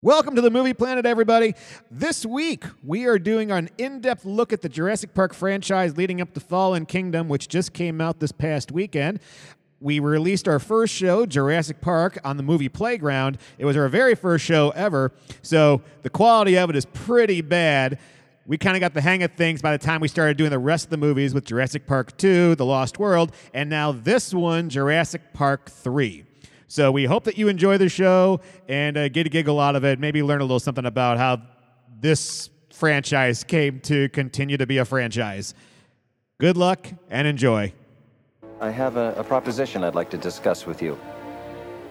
Welcome to the Movie Planet, everybody. This week, we are doing an in depth look at the Jurassic Park franchise leading up to Fallen Kingdom, which just came out this past weekend. We released our first show, Jurassic Park, on the movie Playground. It was our very first show ever, so the quality of it is pretty bad. We kind of got the hang of things by the time we started doing the rest of the movies with Jurassic Park 2, The Lost World, and now this one, Jurassic Park 3. So we hope that you enjoy the show and uh, get a giggle out of it. Maybe learn a little something about how this franchise came to continue to be a franchise. Good luck and enjoy. I have a, a proposition I'd like to discuss with you.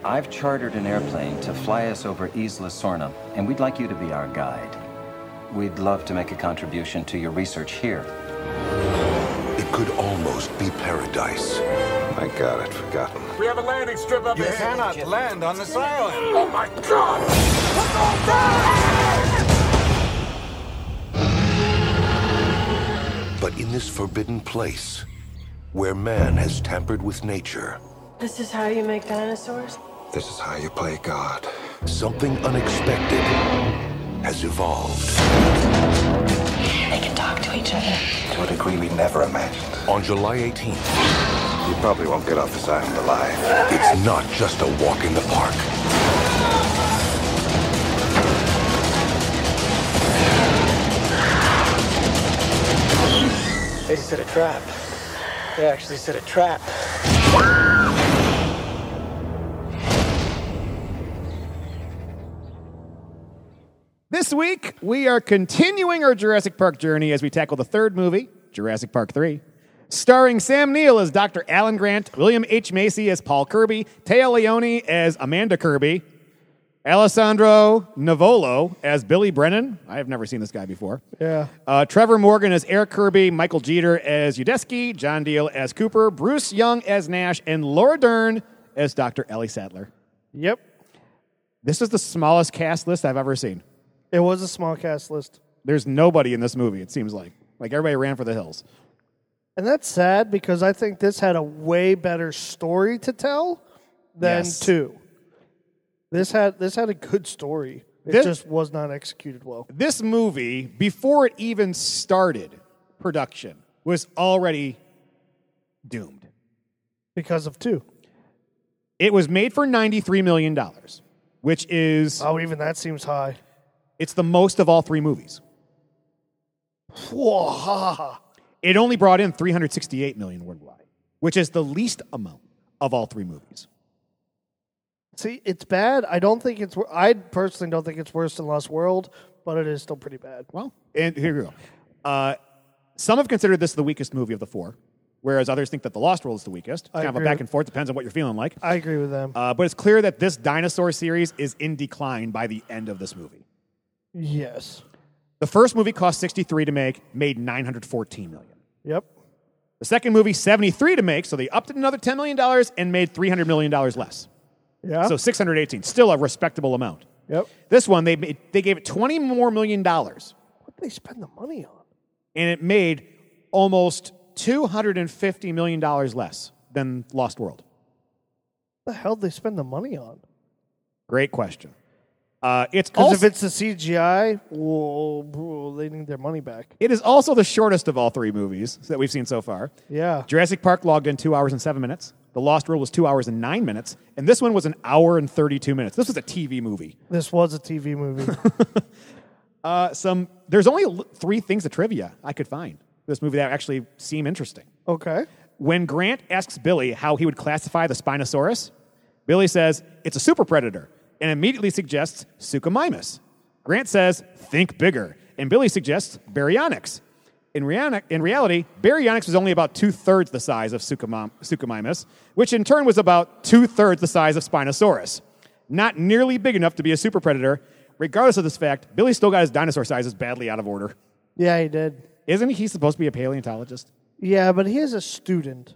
I've chartered an airplane to fly us over Isla Sorna, and we'd like you to be our guide. We'd love to make a contribution to your research here. It could almost be paradise. My God, I'd forgotten. We have a landing strip up You cannot land on this island. Oh my god! But in this forbidden place, where man has tampered with nature, This is how you make dinosaurs? this is how you play God. Something unexpected has evolved. They can talk to each other. To a degree we never imagined. On July 18th, You probably won't get off this island alive. it's not just a walk in the park. They just set a trap. They actually set a trap. This week, we are continuing our Jurassic Park journey as we tackle the third movie, Jurassic Park 3. Starring Sam Neill as Dr. Alan Grant, William H. Macy as Paul Kirby, Taya Leone as Amanda Kirby, Alessandro Navolo as Billy Brennan. I have never seen this guy before. Yeah. Uh, Trevor Morgan as Eric Kirby, Michael Jeter as Udesky, John Deal as Cooper, Bruce Young as Nash, and Laura Dern as Dr. Ellie Sattler. Yep. This is the smallest cast list I've ever seen. It was a small cast list. There's nobody in this movie, it seems like. Like everybody ran for the hills. And that's sad because I think this had a way better story to tell than Yes. two. This had this had a good story. It This- just was not executed well. This movie, before it even started production, was already doomed. Because of two. It was made for $93 million, which is Oh, even that seems high. it's the most of all three movies. Whoa, ha, ha, ha. It only brought in 368 million worldwide, which is the least amount of all three movies. See, it's bad. I don't think it's wor- I personally don't think it's worse than Lost World, but it is still pretty bad. Well, and here we go. Uh, some have considered this the weakest movie of the four, whereas others think that The Lost World is the weakest. I kind of a agree back with- and forth, depends on what you're feeling like. I agree with them. Uh, but it's clear that this dinosaur series is in decline by the end of this movie. yes. The first movie cost 63 to make, made 914 million. Yep. The second movie 73 to make, so they upped it another 10 million dollars and made 300 million dollars less. Yeah. So 618, still a respectable amount. yep. This one they made, they gave it 20 more million dollars What did they spend the money on? and it made almost 250 million dollars less than Lost World. What the hell did they spend the money on? Great question. Uh, it's Because if also- it's the CGI, whoa, bro, they need their money back. it is also the shortest of all three movies that we've seen so far. Yeah. Jurassic Park logged in two hours and seven minutes. The Lost World was two hours and nine minutes, and this one was an hour and thirty-two minutes. This was a TV movie. This was a TV movie. Uh, some there's only l- three things of trivia I could find this movie that actually seem interesting. okay. When Grant asks Billy how he would classify the Spinosaurus, Billy says it's a super predator and immediately suggests Suchomimus. Grant says, think bigger, and Billy suggests Baryonyx. In, reani- in reality, Baryonyx was only about two thirds the size of Suchomom- Suchomimus, which in turn was about two thirds the size of Spinosaurus. Not nearly big enough to be a super predator. Regardless of this fact, Billy still got his dinosaur sizes badly out of order. Yeah, he did. Isn't he supposed to be a paleontologist? Yeah, but he is a student.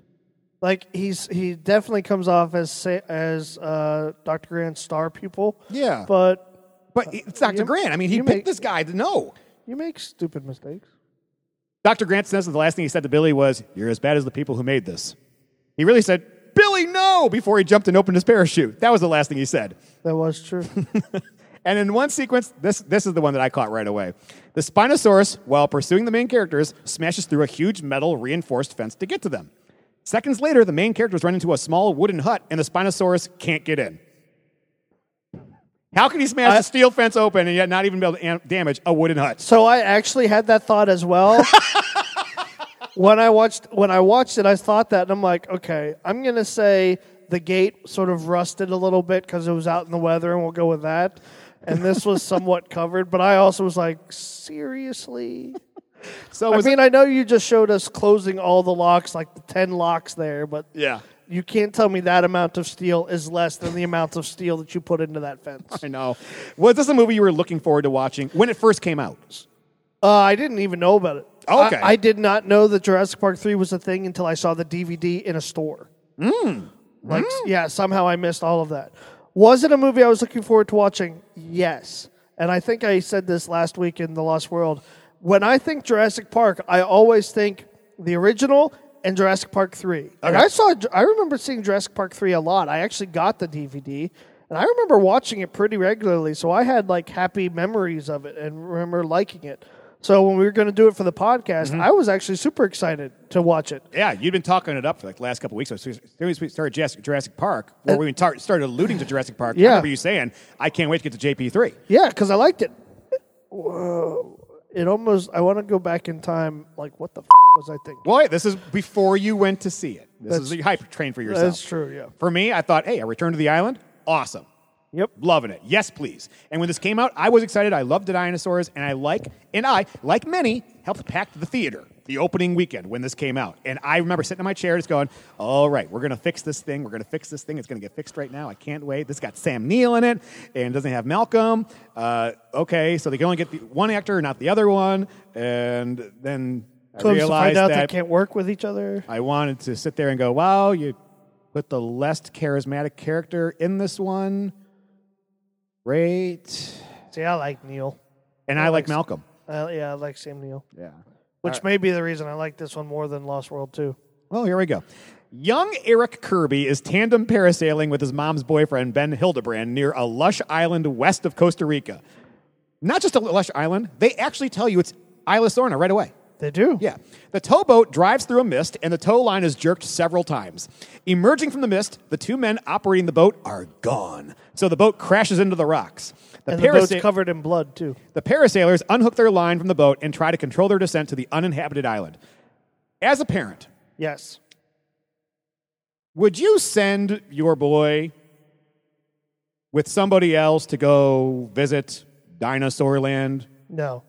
Like he's he definitely comes off as sa- as uh, Dr. Grant's star pupil. Yeah. But But it's Dr. you- Grant. I mean, he you picked make- this guy to know. you make stupid mistakes. Dr. Grant says that the last thing he said to Billy was, You're as bad as the people who made this. He really said, Billy, no, before he jumped and opened his parachute. That was the last thing he said. That was true. And in one sequence, this this is the one that I caught right away. The Spinosaurus, while pursuing the main characters, smashes through a huge metal reinforced fence to get to them. Seconds later, the main characters run into a small wooden hut, and the Spinosaurus can't get in. How can he smash I- the steel fence open and yet not even be able to am- damage a wooden hut? So I actually had that thought as well. when I watched when I watched it, I thought that, and I'm like, okay, I'm gonna say the gate sort of rusted a little bit because it was out in the weather, and we'll go with that. And this was somewhat covered, but I also was like, seriously. So I was it- mean, I know you just showed us closing all the locks, like the ten locks there, but yeah, you can't tell me that amount of steel is less than the amount of steel that you put into that fence. I know. Was this a movie you were looking forward to watching when it first came out? Uh, I didn't even know about it. Oh, okay. I, I did not know that Jurassic Park 3 was a thing until I saw the DVD in a store. Mm. Like, yeah, somehow I missed all of that. Was it a movie I was looking forward to watching? Yes. And I think I said this last week in The Lost World. When I think Jurassic Park, I always think the original and Jurassic Park 3. And I saw I remember seeing Jurassic Park 3 a lot. I actually got the DVD and I remember watching it pretty regularly, so I had like happy memories of it and remember liking it. So when we were going to do it for the podcast, I was actually super excited to watch it. Yeah, you'd been talking it up for like the last couple weeks. So as soon as we started Jurassic, Jurassic Park, where we tar- started alluding to Jurassic Park, I Uh, Yeah. remember you saying, "I can't wait to get to JP 3 Yeah, because I liked it. Whoa. It almost, I want to go back in time. Like, what the f- was I thinking? Boy, this is before you went to see it. This is That's- the hype train for yourself. That's true, yeah. For me, I thought, "Hey, a Return to the Island, awesome, Yep. loving it, yes, please." And when this came out, I was excited. I loved the dinosaurs, and I like, and I like many, helped pack the theater the opening weekend when this came out. And I remember sitting in my chair, just going, "All right, we're gonna fix this thing. We're gonna fix this thing. It's gonna get fixed right now. I can't wait." This got Sam Neill in it, and doesn't have Malcolm. Uh, okay, so they can only get the one actor, not the other one, and then. I Comes to realized find out that they can't work with each other. I wanted to sit there and go, wow, you put the less charismatic character in this one. Great. See, I like Neil. And I like Malcolm. Uh, yeah, I like Sam Neil, Yeah. Uh, which may be the reason I like this one more than Lost World 2. Well, Oh, here we go. Young Eric Kirby is tandem parasailing with his mom's boyfriend, Ben Hildebrand, near a lush island west of Costa Rica. Not just a lush island, they actually tell you it's Isla Sorna right away. They do. Yeah. The towboat drives through a mist, and the tow line is jerked several times. Emerging from the mist, the two men operating the boat are gone. So the boat crashes into the rocks. The, And the boat's parasa- covered in blood, too. the parasailers unhook their line from the boat and try to control their descent to the uninhabited island. As a parent, Yes. would you send your boy with somebody else to go visit Dinosaur Land? No.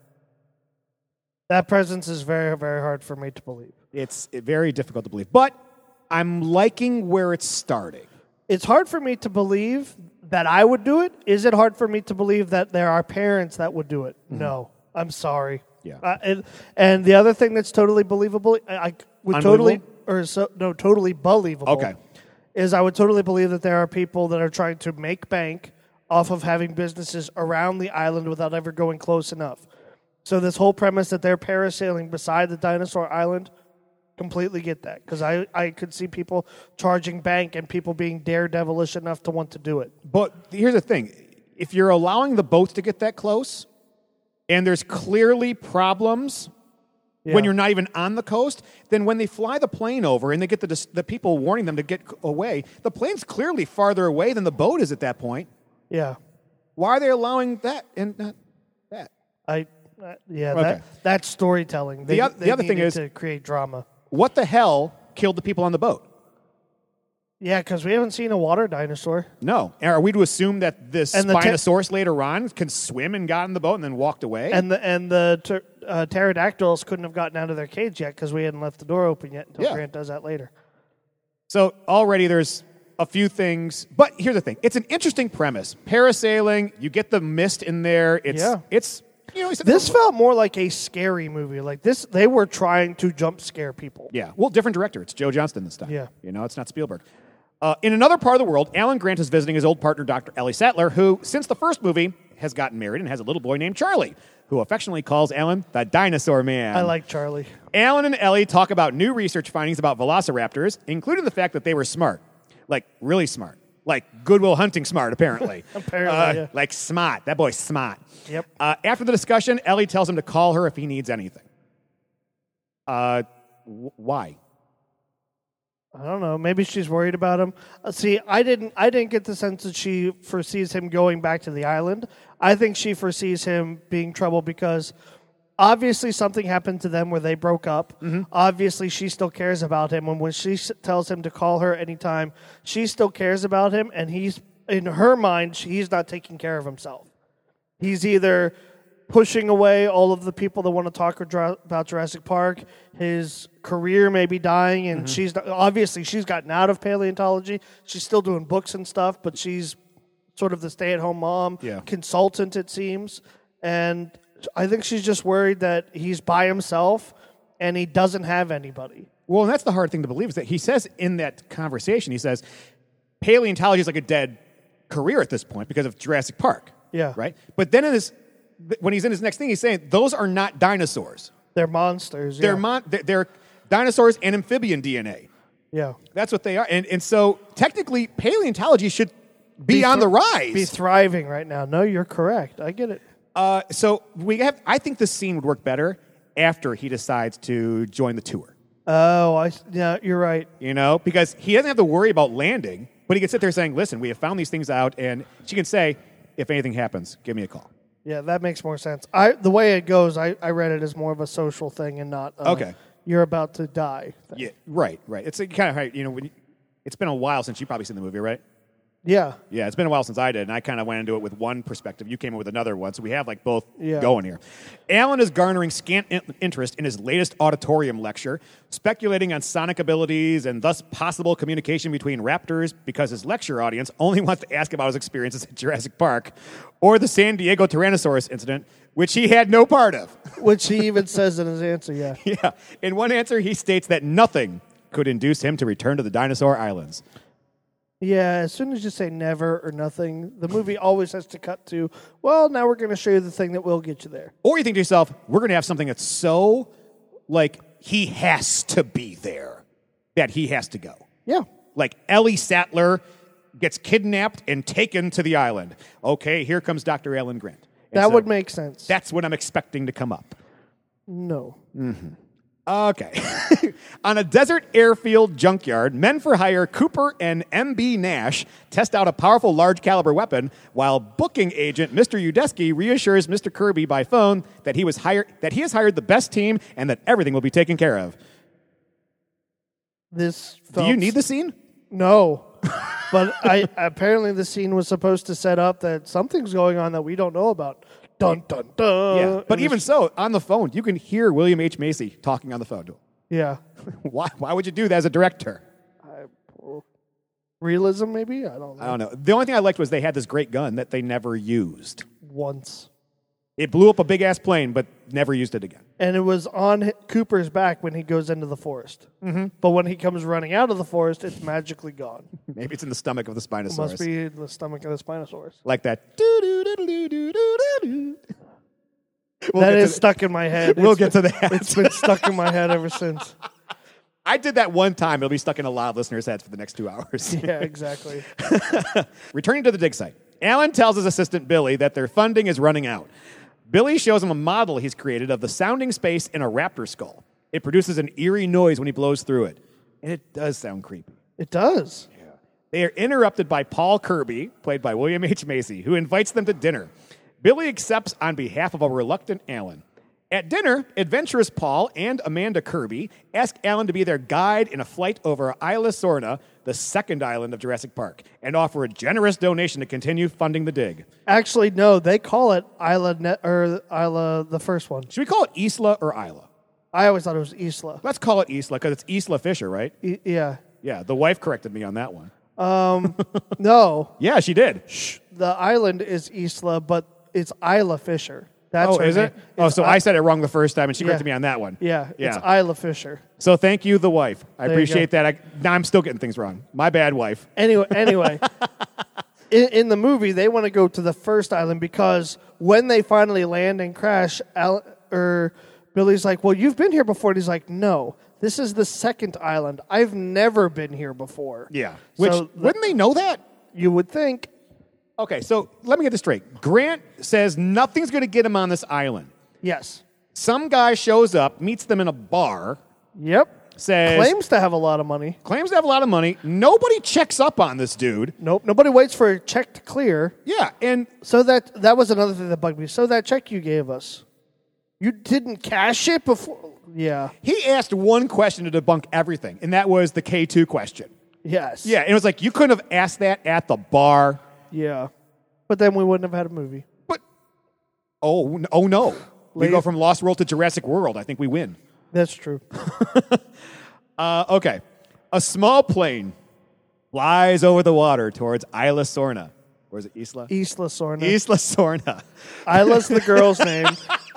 That presence is very, very hard for me to believe. It's very difficult to believe, but I'm liking where it's starting. It's hard for me to believe that I would do it. Is it hard for me to believe that there are parents that would do it? No. I'm sorry. Mm-hmm. Yeah. Uh, and, and the other thing that's totally believable, I, I would totally, Unbelievable? or so, no, totally believable. Okay. Is I would totally believe that there are people that are trying to make bank off of having businesses around the island without ever going close enough. So this whole premise that they're parasailing beside the dinosaur island, completely get that because I, I could see people charging bank and people being daredevilish enough to want to do it. But here's the thing: if you're allowing the boats to get that close, and there's clearly problems when you're not even on the coast, then when they fly the plane over and they get the dis- the people warning them to get c- away, the plane's clearly farther away than the boat is at that point. Yeah, Why are they allowing that and not that? I uh, yeah Okay. that that's storytelling. They, The oth- the they other thing needed is- to create drama. What the hell killed the people on the boat? Yeah, because we haven't seen a water dinosaur. No. Are we to assume that this And the te- Spinosaurus later on can swim and got in the boat and then walked away? And the and the ter- uh, pterodactyls couldn't have gotten out of their cage yet because we hadn't left the door open yet. Until Yeah. Grant does that later. So already there's a few things, but here's the thing: it's an interesting premise. Parasailing, you get the mist in there. It's Yeah. it's you know it's- This felt more like a scary movie. Like this, they were trying to jump scare people. yeah. Well, different director. It's Joe Johnston this time. Yeah. you know it's not Spielberg. Uh, in another part of the world, Alan Grant is visiting his old partner, Dr. Ellie Sattler, who, since the first movie, has gotten married and has a little boy named Charlie, who affectionately calls Alan the Dinosaur Man. I like Charlie. Alan and Ellie talk about new research findings about velociraptors, including the fact that they were smart. Like, really smart. like Goodwill Hunting smart, apparently. Apparently, Uh, yeah. Like smart. That boy's smart. Yep. Uh, after the discussion, Ellie tells him to call her if he needs anything. Uh, wh- why? I don't know. Maybe she's worried about him. Uh, See, I didn't. I didn't get the sense that she foresees him going back to the island. I think she foresees him being trouble because obviously something happened to them where they broke up. Obviously, she still cares about him, and when she s- tells him to call her anytime, she still cares about him. And he's in her mind, she- he's not taking care of himself. He's either pushing away all of the people that want to talk or dra- about Jurassic Park. His career may be dying, and Mm-hmm. she's not, obviously she's gotten out of paleontology. She's still doing books and stuff, but she's sort of the stay-at-home mom Yeah. consultant, it seems. And I think she's just worried that he's by himself and he doesn't have anybody. Well, and that's the hard thing to believe is that he says in that conversation, he says, paleontology is like a dead career at this point because of Jurassic Park. Yeah. Right? But then in his, th- when he's in his next thing, he's saying, those are not dinosaurs. They're monsters. They're, yeah. mon- they're, they're dinosaurs and amphibian DNA. yeah. That's what they are. And, and so technically, paleontology should be, Be on the thr- rise. Be thriving right now. No, you're correct. I get it. uh, so we have, I think this scene would work better after he decides to join the tour. Oh, I s- yeah, you're right. you know, because he doesn't have to worry about landing, but he can sit there saying, "Listen, we have found these things out," and she can say, "If anything happens, give me a call." Yeah, that makes more sense. I the way it goes, I, I read it as more of a social thing and not uh, Okay. You're about to die. thing. Yeah, right, right. It's kind of right, you know, when you, it's been a while since you probably seen the movie, right? Yeah, Yeah, it's been a while since I did, and I kind of went into it with one perspective. You came in with another one, so we have like both Yeah. going here. Alan is garnering scant in- interest in his latest auditorium lecture, speculating on sonic abilities and thus possible communication between raptors because his lecture audience only wants to ask about his experiences at Jurassic Park or the San Diego Tyrannosaurus incident, which he had no part of. which he even says in his answer. Yeah, yeah. In one answer, he states that nothing could induce him to return to the dinosaur islands. yeah. As soon as you say never or nothing, the movie always has to cut to. Well, now we're going to show you the thing that will get you there. Or you think to yourself, we're going to have something that's so like he has to be there that he has to go. Yeah, Like Ellie Sattler gets kidnapped and taken to the island. Okay, here comes Dr. Alan Grant. And that so would make sense. That's what I'm expecting to come up. no. Okay. On a desert airfield junkyard, men for hire Cooper and MB Nash test out a powerful large caliber weapon while booking agent Mr. Udesky reassures Mr. Kirby by phone that he was hired that he has hired the best team and that everything will be taken care of. This. Do you felt- need the scene? No. but I apparently the scene was supposed to set up that something's going on that we don't know about. Dun dun dun. yeah. But It even was- so, on the phone, you can hear William H. Macy talking on the phone to him. yeah. Why, why would you do that as a director? realism maybe i don't know I don't know. The only thing I liked was they had this great gun that they never used. once It blew up a big ass plane, but never used it again. and it was on H- cooper's back when he goes into the forest mm-hmm. but when he comes running out of the forest it's magically gone Maybe it's in the stomach of the it Spinosaurus. must be in the stomach of the spinosaurus like that. doo-doo-doo-doo-doo-doo-doo. We'll that get to is th- stuck in my head We'll It's get been- to that. it's been stuck in my head ever since I did that one time. It'll be stuck in a lot of listeners' heads for the next two hours. yeah exactly Returning to the dig site, Alan tells his assistant Billy that their funding is running out. Billy shows him a model he's created of the sounding space in a raptor skull. It produces an eerie noise when he blows through it, and it does sound creepy. it does They are interrupted by Paul Kirby, played by William H. Macy, who invites them to dinner. Billy accepts on behalf of a reluctant Alan. At dinner, adventurous Paul and Amanda Kirby ask Alan to be their guide in a flight over Isla Sorna, the second island of Jurassic Park, and offer a generous donation to continue funding the dig. actually no they call it isla ne- or isla the first one Should we call it Isla or Isla? i always thought it was isla Let's call it Isla because it's Isla Fisher, right? I- yeah Yeah, the wife corrected me on that one. no Yeah, she did. the island is isla but it's isla fisher that's Oh, her is name. it? Oh, It's so I said it wrong the first time, and she corrected Yeah. me on that one. Yeah, it's yeah. Isla Fisher. So thank you, the wife. I There you appreciate that. I, now I'm still getting things wrong. My bad, wife. Anyway, anyway, in, in the movie they want to go to the first island because when they finally land and crash, Al, or Billy's like, "Well, you've been here before," and he's like, "No, this is the second island. I've never been here before." Which So the- wouldn't they know that? you would think. Okay, so let me get this straight. Grant says nothing's going to get him on this island. Yes. Some guy shows up, meets them in a bar, Yep. says Claims to have a lot of money. claims to have a lot of money. Nobody checks up on this dude. Nope. Nobody waits for a check to clear. Yeah, and So that that was another thing that bugged me. So that check you gave us, you didn't cash it before. Yeah. he asked one question to debunk everything, and that was the K two question. Yes. Yeah, and it was like you couldn't have asked that at the bar. Yeah. But then we wouldn't have had a movie. But oh, n- oh no, we Lady- go from Lost World to Jurassic World. I think we win. That's true. Uh, okay, a small plane flies over the water towards Isla Sorna. Or is it Isla? Isla Sorna. Isla Sorna. Isla's the girl's name.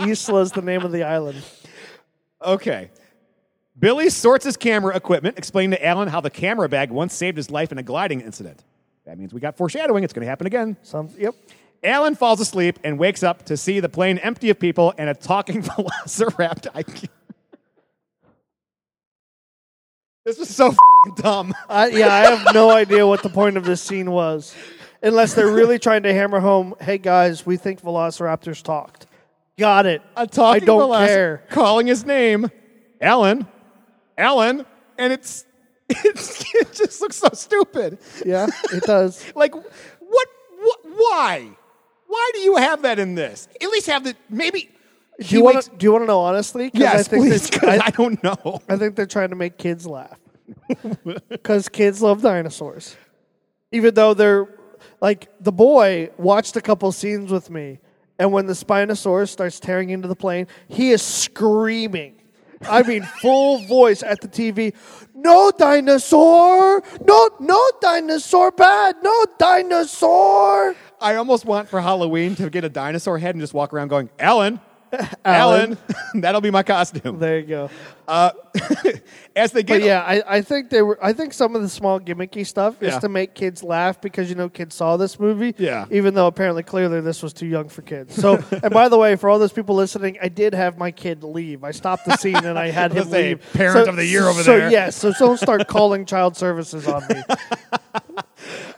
Isla's the name of the island. Okay. Billy sorts his camera equipment, explaining to Alan how the camera bag once saved his life in a gliding incident. That means we got foreshadowing. It's going to happen again. Some. Yep. Alan falls asleep and wakes up to see the plane empty of people and a talking velociraptor. I can't- This was so fing dumb. I, yeah, I have no idea what the point of this scene was, unless they're really trying to hammer home. Hey guys, we think Velociraptors talked. Got it. A talking I don't veloci- care. calling his name, Alan, Alan, and it's, it's it just looks so stupid. Yeah, it does. Like, what, what? Why? Why do you have that in this? At least have the maybe. Do you want to? Do you want to know honestly? 'Cause Yes, please. they're- 'cause I, I, don't know. I think they're trying to make kids laugh because kids love dinosaurs, even though they're like the boy watched a couple scenes with me, and when the Spinosaurus starts tearing into the plane, he is screaming. I mean, full voice at the TV. No dinosaur! No, no dinosaur! Bad! No dinosaur! I almost want for Halloween to get a dinosaur head and just walk around going, Alan, Alan. That'll be my costume. There you go. As they get, But yeah, I, I think they were. I think some of the small gimmicky stuff Yeah. is to make kids laugh because you know kids saw this movie. Yeah. Even though apparently clearly this was too young for kids. So and by the way, for all those people listening, I did have my kid leave. I stopped the scene and I had him Let's say leave. parent So- of the year over so, there. yeah, so don't start calling child services on me.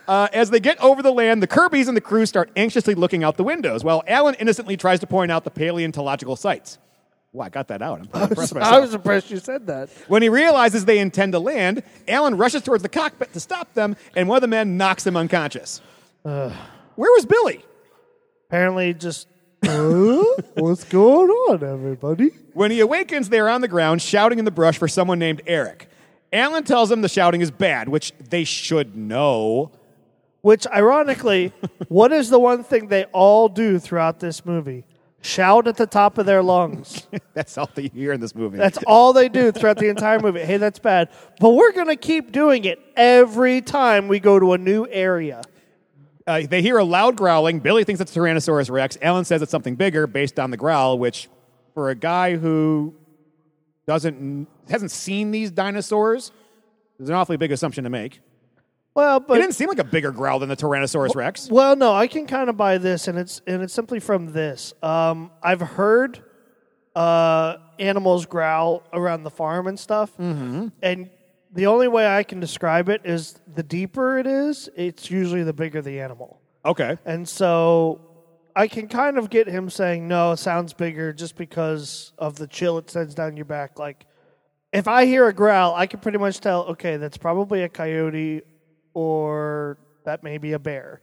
uh, as they get over the land, the Kirby's and the crew start anxiously looking out the windows, while Alan innocently tries to point out the paleontological sites. Well, I got that out. I'm pretty impressed myself. I was impressed you said that. When he realizes they intend to land, Alan rushes towards the cockpit to stop them, and one of the men knocks him unconscious. Where was Billy? Apparently, just "Huh? what's going on, everybody? When he awakens, they are on the ground shouting in the brush for someone named Eric. Alan tells him the shouting is bad, which they should know. Which, ironically, what is the one thing they all do throughout this movie? Shout at the top of their lungs. That's all they hear in this movie. That's all they do throughout the entire movie. Hey, that's bad. But we're going to keep doing it every time we go to a new area. uh, they hear a loud growling. Billy thinks it's Tyrannosaurus Rex. Alan says it's something bigger based on the growl, which, for a guy who doesn't hasn't seen these dinosaurs, is an awfully big assumption to make. Well, It but didn't seem like a bigger growl than the Tyrannosaurus Rex. well, no, I can kind of buy this, and it's and it's simply from this. Um, I've heard uh, animals growl around the farm and stuff, and the only way I can describe it is the deeper it is, it's usually the bigger the animal. Okay. And so I can kind of get him saying, no, it sounds bigger just because of the chill it sends down your back. Like, if I hear a growl, I can pretty much tell, okay, that's probably a coyote or that may be a bear.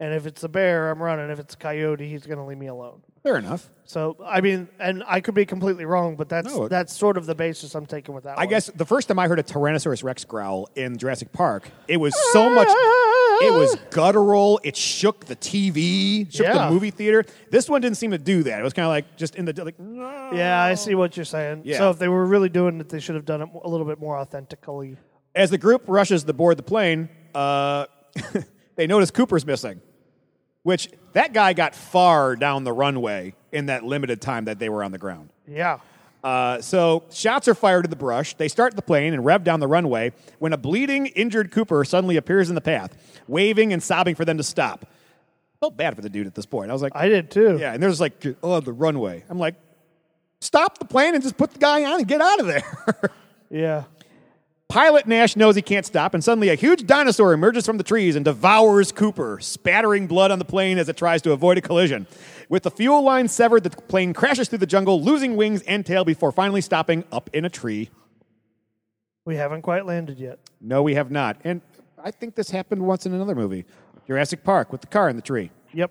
And if it's a bear, I'm running. If it's a coyote, he's going to leave me alone. Fair enough. So, I mean, and I could be completely wrong, but that's No, it- that's sort of the basis I'm taking with that I one. guess the first time I heard a Tyrannosaurus Rex growl in Jurassic Park, it was so much. It was guttural. It shook the TV, shook Yeah. the movie theater. This one didn't seem to do that. It was kind of like just in the like. Yeah, I see what you're saying. Yeah. So, if they were really doing it, they should have done it a little bit more authentically. As the group rushes to board the plane, uh, they notice Cooper's missing, which that guy got far down the runway in that limited time that they were on the ground. Yeah. Uh, so shots are fired in the brush. They start the plane and rev down the runway when a bleeding, injured Cooper suddenly appears in the path, waving and sobbing for them to stop. Felt bad for the dude at this point. I was like, I did too. yeah, and there's like, oh, the runway. I'm like, stop the plane and just put the guy on and get out of there. Yeah. Pilot Nash knows he can't stop, and suddenly a huge dinosaur emerges from the trees and devours Cooper, spattering blood on the plane as it tries to avoid a collision. With the fuel line severed, the plane crashes through the jungle, losing wings and tail before finally stopping up in a tree. We haven't quite landed yet. No, we have not. And I think this happened once in another movie Jurassic Park with the car in the tree. Yep.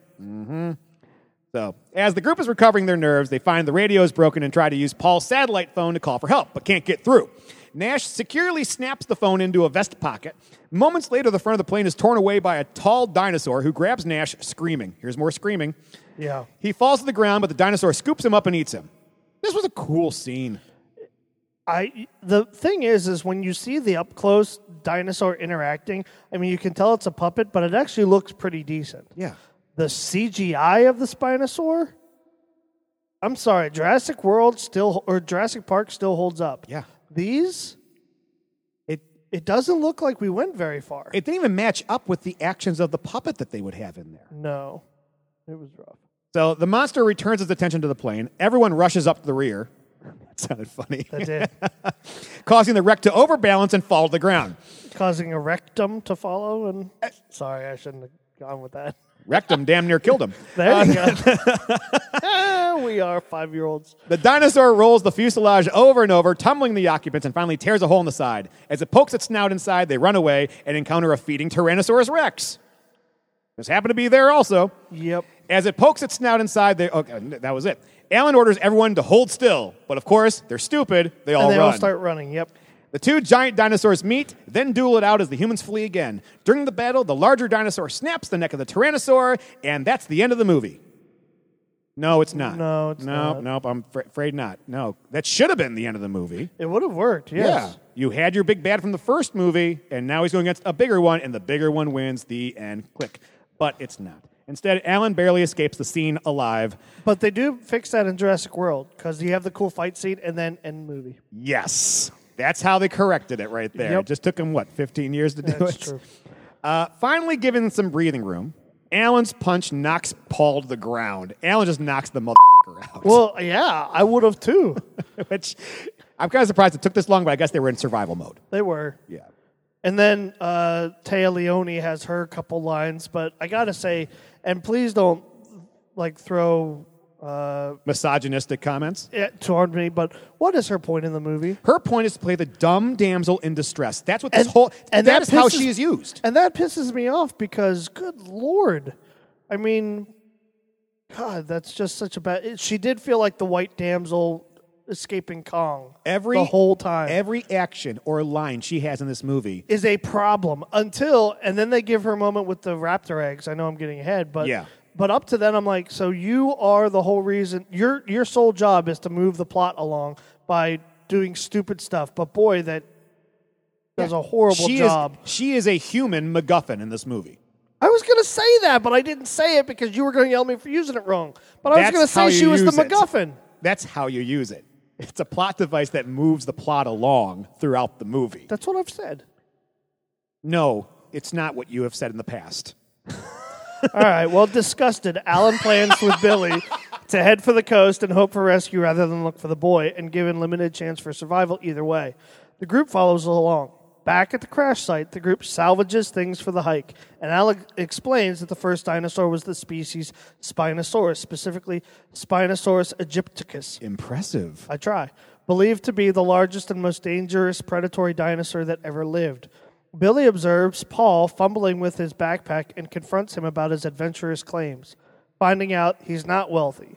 So, as the group is recovering their nerves, they find the radio is broken and try to use Paul's satellite phone to call for help, but can't get through. Nash securely snaps the phone into a vest pocket. Moments later, the front of the plane is torn away by a tall dinosaur who grabs Nash, screaming. Here's more screaming. Yeah. He falls to the ground, but the dinosaur scoops him up and eats him. This was a cool scene. I the thing is is when you see the up close dinosaur interacting, I mean you can tell it's a puppet, but it actually looks pretty decent. Yeah. The CGI of the Spinosaur? I'm sorry, Jurassic World still or Jurassic Park still holds up. Yeah. These It, it doesn't look like we went very far. it didn't even match up with the actions of the puppet that they would have in there. no. It was rough. So the monster returns its attention to the plane. Everyone rushes up to the rear. That sounded funny. That did. causing the wreck to overbalance and fall to the ground. Causing a rectum to follow and Uh, sorry, I shouldn't have gone with that. Rectum damn near killed him. There you Uh, go. we are five year olds. The dinosaur rolls the fuselage over and over, tumbling the occupants, and finally tears a hole in the side. As it pokes its snout inside, they run away and encounter a feeding Tyrannosaurus Rex. This happened to be there also. Yep. As it pokes its snout inside, they okay, n- that was it. Alan orders everyone to hold still, but of course, they're stupid. They all and they run. all start running. Yep. The two giant dinosaurs meet, then duel it out as the humans flee again. During the battle, the larger dinosaur snaps the neck of the tyrannosaur, and that's the end of the movie. No, it's not. No, it's nope, not. Nope, I'm fr- afraid not. No, that should have been the end of the movie. It would have worked. Yes. You had your big bad from the first movie, and now he's going against a bigger one, and the bigger one wins the end. Click. But it's not. Instead, Alan barely escapes the scene alive. But they do fix that in Jurassic World because you have the cool fight scene and then end movie. Yes. That's how they corrected it right there. Yep. It just took him, what, 15 years to do That's it? true. Uh, finally given some breathing room, Alan's punch knocks Paul to the ground. Alan just knocks the motherfucker out. Well, yeah, I would have too. Which I'm kind of surprised it took this long, but I guess they were in survival mode. they were. Yeah. And then uh, Taya Leone has her couple lines, but I gotta say, and please don't like throw uh, Misogynistic comments. it toward me. But what is her point in the movie? Her point is to play the dumb damsel in distress. That's what this And- whole and that that is how pisses- she is used. And that pisses me off because, good lord, I mean, God, that's just such a bad. It, she did feel like the white damsel escaping Kong Every the whole time every action or line she has in this movie. is a problem until, and then they give her a moment with the raptor eggs. I know I'm getting ahead, but Yeah. But up to then, I'm like, so you are the whole reason. Your your sole job is to move the plot along by doing stupid stuff. But boy, that does a horrible she job. is she is a human MacGuffin in this movie. I was going to say that, but I didn't say it because you were going to yell at me for using it wrong. But I That's was how going to say you she was the use it. MacGuffin. That's how you use it. It's a plot device that moves the plot along throughout the movie. That's what I've said. No, it's not what you have said in the past. All right. Well, disgusted, Alan plans with Billy to head for the coast and hope for rescue rather than look for the boy, and given limited chance for survival either way. The group follows along. Back at the crash site, the group salvages things for the hike, and Alec explains that the first dinosaur was the species Spinosaurus, specifically Spinosaurus aegypticus. Impressive. I try. Believed to be the largest and most dangerous predatory dinosaur that ever lived. Billy observes Paul fumbling with his backpack and confronts him about his adventurous claims, finding out he's not wealthy.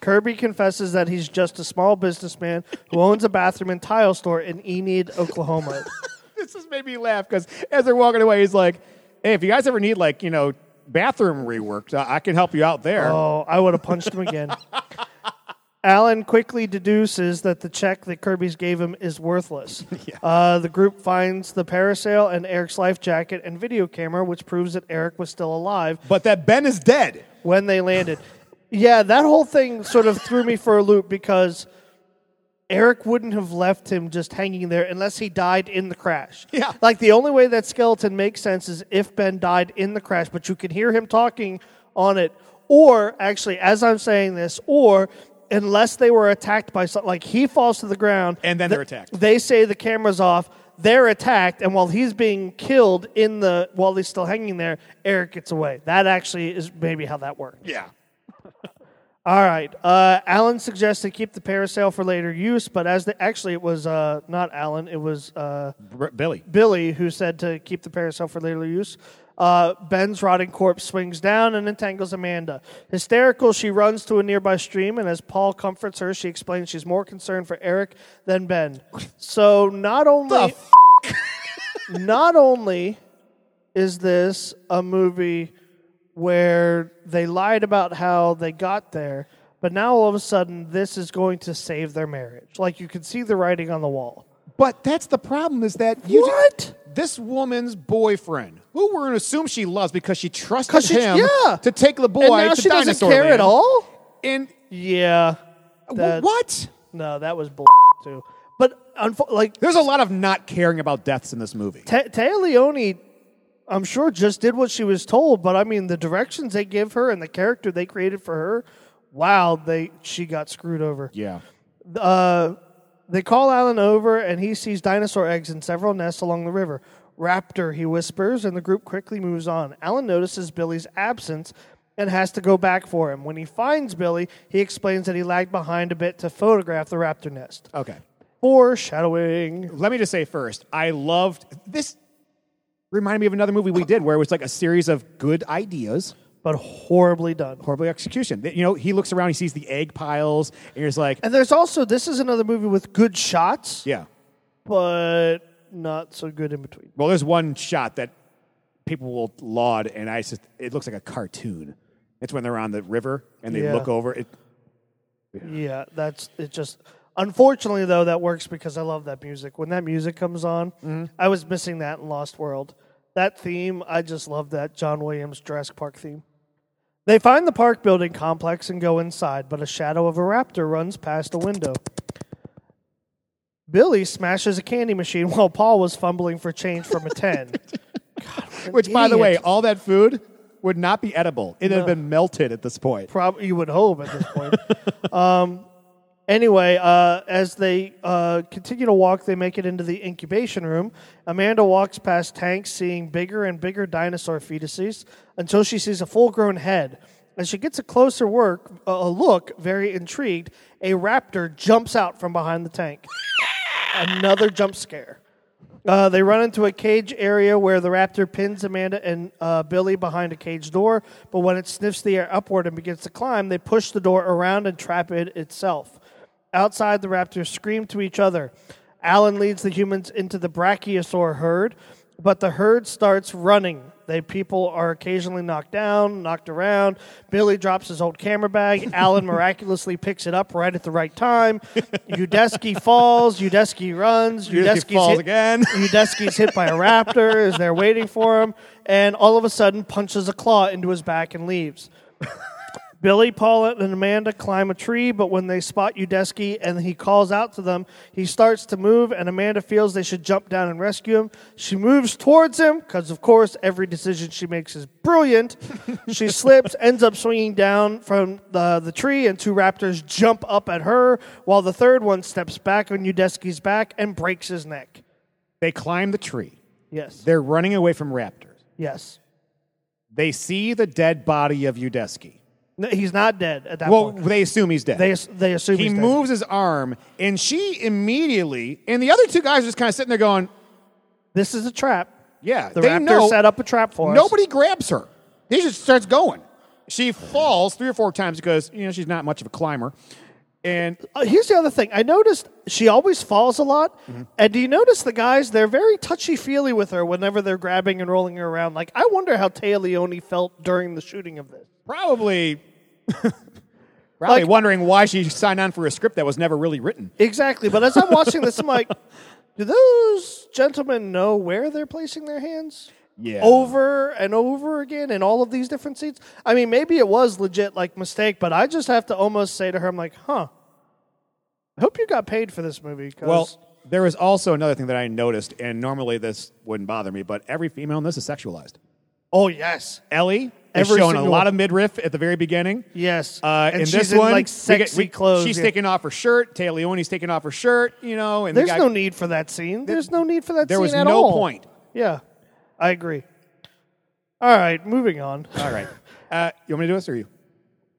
Kirby confesses that he's just a small businessman who owns a bathroom and tile store in Enid, Oklahoma. This has made me laugh because as they're walking away, he's like, "Hey, if you guys ever need like you know bathroom reworked, I, I can help you out there." Oh, I would have punched him again. Alan quickly deduces that the check that Kirby's gave him is worthless. uh, the group finds the parasail and Eric's life jacket and video camera, which proves that Eric was still alive But that Ben is dead. when they landed. yeah, that whole thing sort of threw me for a loop because Eric wouldn't have left him just hanging there unless he died in the crash. Yeah. Like the only way that skeleton makes sense is if Ben died in the crash, but you can hear him talking on it. Or actually, as I'm saying this, or unless they were attacked by something, like he falls to the ground And then they're attacked. They say the camera's off. they're attacked, and while he's being killed in the while he's still hanging there, Eric gets away. That actually is maybe how that worked. Yeah. All right. Uh, Alan suggested keep the parasail for later use, but as the actually it was uh, not Alan, it was uh, Br- Billy. Billy who said to keep the parasail for later use. Uh, Ben's rotting corpse swings down and entangles Amanda. Hysterical, she runs to a nearby stream, and as Paul comforts her, she explains she's more concerned for Eric than Ben. So not only f- not only is this a movie where they lied about how they got there, but now all of a sudden this is going to save their marriage. Like you can see the writing on the wall. But that's the problem is that you ju- What? this woman's boyfriend, who we're going to assume she loves because she trusted 'Cause she- him yeah. to take the boy and now to she doesn't dinosaur care land. at all. And Yeah, wh- That- what? no, that was bull too. But unfo- like There's a lot of not caring about deaths in this movie. Te- Taya Leone, I'm sure just did what she was told. But I mean, the directions they give her and the character they created for her, wow, they she got screwed over. Yeah. uh, they call Alan over, and he sees dinosaur eggs in several nests along the river. Raptor, he whispers, and the group quickly moves on. Alan notices Billy's absence and has to go back for him. When he finds Billy, he explains that he lagged behind a bit to photograph the raptor nest. Okay. Foreshadowing. Let me just say first, I loved this. Reminded me of another movie we did where it was like a series of good ideas, But horribly done. horrible execution. You know, he looks around, he sees the egg piles, and he's like, And there's also, this is another movie with good shots, "Yeah." but not so good in between. Well, there's one shot that people will laud, and I just it looks like a cartoon. It's when they're on the river and they Yeah. look over. It, Yeah, that's it. Just unfortunately, though, that works because I love that music. When that music comes on, I was missing that in Lost World. That theme, I just love that John Williams Jurassic Park theme. They find the park building complex and go inside, but a shadow of a raptor runs past a window. Billy smashes a candy machine while Paul was fumbling for change from a 10. which, by the way, idiot. all that food would not be edible. It had been melted at this point. Probably you would hope at this point. um, anyway, uh, as they uh, continue to walk, they make it into the incubation room. Amanda walks past tanks, seeing bigger and bigger dinosaur fetuses until she sees a full-grown head. As she gets a closer work, a- a look, very intrigued, a raptor jumps out from behind the tank. Another jump scare. Uh, they run into a cage area where the raptor pins Amanda and uh, Billy behind a cage door, but when it sniffs the air upward and begins to climb, they push the door around and trap it itself. Outside, the raptors scream to each other. Alan leads the humans into the brachiosaur herd, but the herd starts running. They people are occasionally knocked down, knocked around. Billy drops his old camera bag. Alan miraculously picks it up right at the right time. Udeski falls. Udeski runs. Udeski Udeski's falls hit- again. Udeski's hit by a raptor, is there waiting for him, and all of a sudden punches a claw into his back and leaves. Billy, Paul, and Amanda climb a tree, but when they spot Udeski and he calls out to them, he starts to move, and Amanda feels they should jump down and rescue him. She moves towards him, because of course every decision she makes is brilliant. she slips, ends up swinging down from the, the tree, and two raptors jump up at her, while the third one steps back on Udeski's back and breaks his neck. They climb the tree. Yes. They're running away from raptors. Yes. They see the dead body of Udeski. No, he's not dead at that Well, point. they assume he's dead. They ass- they assume he he's dead. moves his arm, and she immediately, and the other two guys are just kind of sitting there going, This is a trap. "Yeah, The they raptor know set up a trap for us. Nobody grabs her. He just starts going. She falls three or four times because you know she's not much of a climber, and Uh, here's the other thing. I noticed she always falls a lot. Mm-hmm. And do you notice the guys? They're very touchy feely with her whenever they're grabbing and rolling her around. Like I wonder how Taya Leone felt during the shooting of this. probably, probably Like- wondering why she signed on for a script that was never really written. Exactly. But as I'm watching this, I'm like, do those gentlemen know where they're placing their hands? Yeah. Over and over again in all of these different seats. I mean, maybe it was legit like mistake, but I just have to almost say to her, I'm like, huh. I hope you got paid for this movie. 'cause- Well, there is also another thing that I noticed, and normally this wouldn't bother me, but every female in this is sexualized. Oh yes, Ellie is Every showing a single lot one. of midriff at the very beginning. yes. Uh, and in she's this in, one, like we get- sexy we- clothes. She's yeah. taking off her shirt. Taylor Leone's taking off her shirt. You know, and the There's guy- no need for that scene. There's no need for that. there scene was at no all. point. Yeah, I agree. All right, moving on. All right, uh, you want me to do this or you?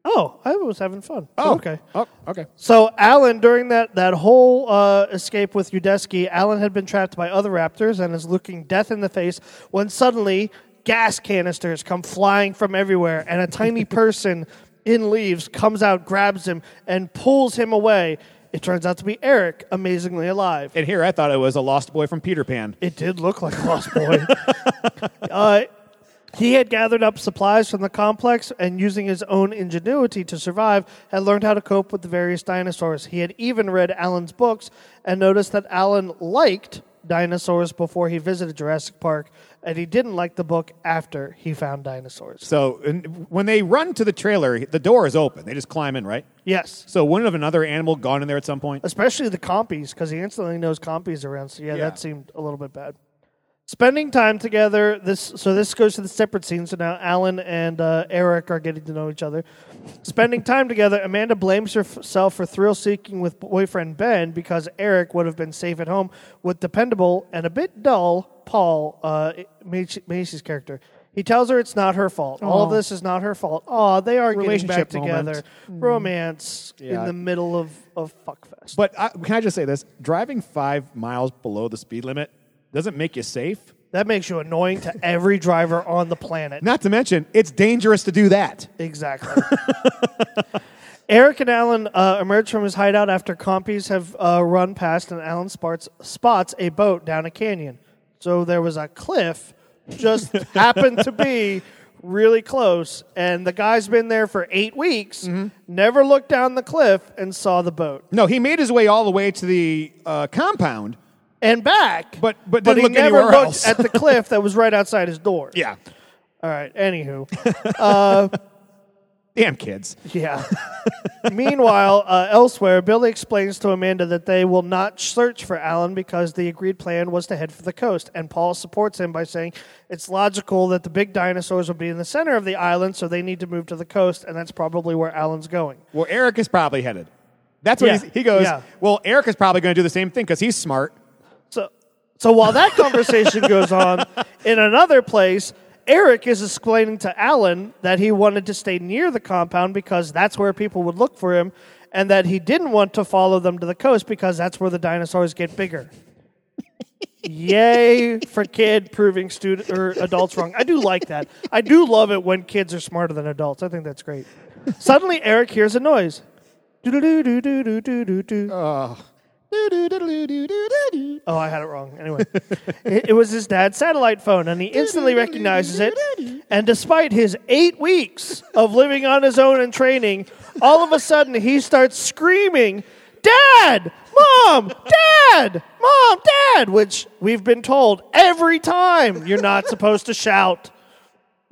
Oh, I was having fun. okay. Oh, okay. So Alan, during that that whole uh, escape with Udesky, Alan had been trapped by other raptors and is looking death in the face when suddenly gas canisters come flying from everywhere, and a tiny person in leaves comes out, grabs him, and pulls him away. It turns out to be Eric, amazingly alive. And here I thought it was a lost boy from Peter Pan. It did look like Lost Boy. uh, he had gathered up supplies from the complex and, using his own ingenuity to survive, had learned how to cope with the various dinosaurs. He had even read Alan's books and noticed that Alan liked dinosaurs before he visited Jurassic Park, and he didn't like the book after he found dinosaurs. So and when they run to the trailer, the door is open. They just climb in, right? Yes. So wouldn't have another animal gone in there at some point? especially the compies, because he instantly knows compies around. So yeah, Yeah. that seemed a little bit bad. Spending time together. This so this goes to the separate scene. So now Alan and uh, Eric are getting to know each other. Spending time together. Amanda blames herself for thrill seeking with boyfriend Ben because Eric would have been safe at home with dependable and a bit dull Paul, uh, Macy- Macy's character. He tells her it's not her fault. All of this is not her fault. Oh, they are getting back Relationship moment. Mm. together. Romance Yeah. in the middle of of fuckfest. But I, can I just say this? Driving five miles below the speed limit doesn't make you safe. That makes you annoying to every driver on the planet. Not to mention, it's dangerous to do that. Exactly. Eric and Alan uh, emerge from his hideout after compies have uh, run past, and Alan spots, spots a boat down a canyon. So there was a cliff, just happened to be really close, and the guy's been there for eight weeks, Mm-hmm. never looked down the cliff, and saw the boat. No, he made his way all the way to the uh, compound. And back, But- but didn't he look never anywhere looked else. at the cliff that was right outside his door. Yeah. All right. Anywho. Damn kids. Yeah. Meanwhile, uh, elsewhere, Billy explains to Amanda that they will not search for Alan because the agreed plan was to head for the coast. And Paul supports him by saying it's logical that the big dinosaurs will be in the center of the island, so they need to move to the coast, and that's probably where Alan's going. Well, Eric is probably headed. That's what Yeah. he's, he goes. Yeah. Well, Eric is probably going to do the same thing because he's smart. So, so while that conversation goes on, in another place, Eric is explaining to Alan that he wanted to stay near the compound because that's where people would look for him, and that he didn't want to follow them to the coast because that's where the dinosaurs get bigger. Yay for kid proving student or adults wrong. I do like that. I do love it when kids are smarter than adults. I think that's great. Suddenly, Eric hears a noise. Do-do-do-do-do-do-do-do. Oh, I had it wrong. Anyway, it, it was his dad's satellite phone, and he instantly recognizes it. And despite his eight weeks of living on his own and training, all of a sudden he starts screaming, Dad! Mom! Dad! Mom! Dad! Which we've been told every time you're not supposed to shout.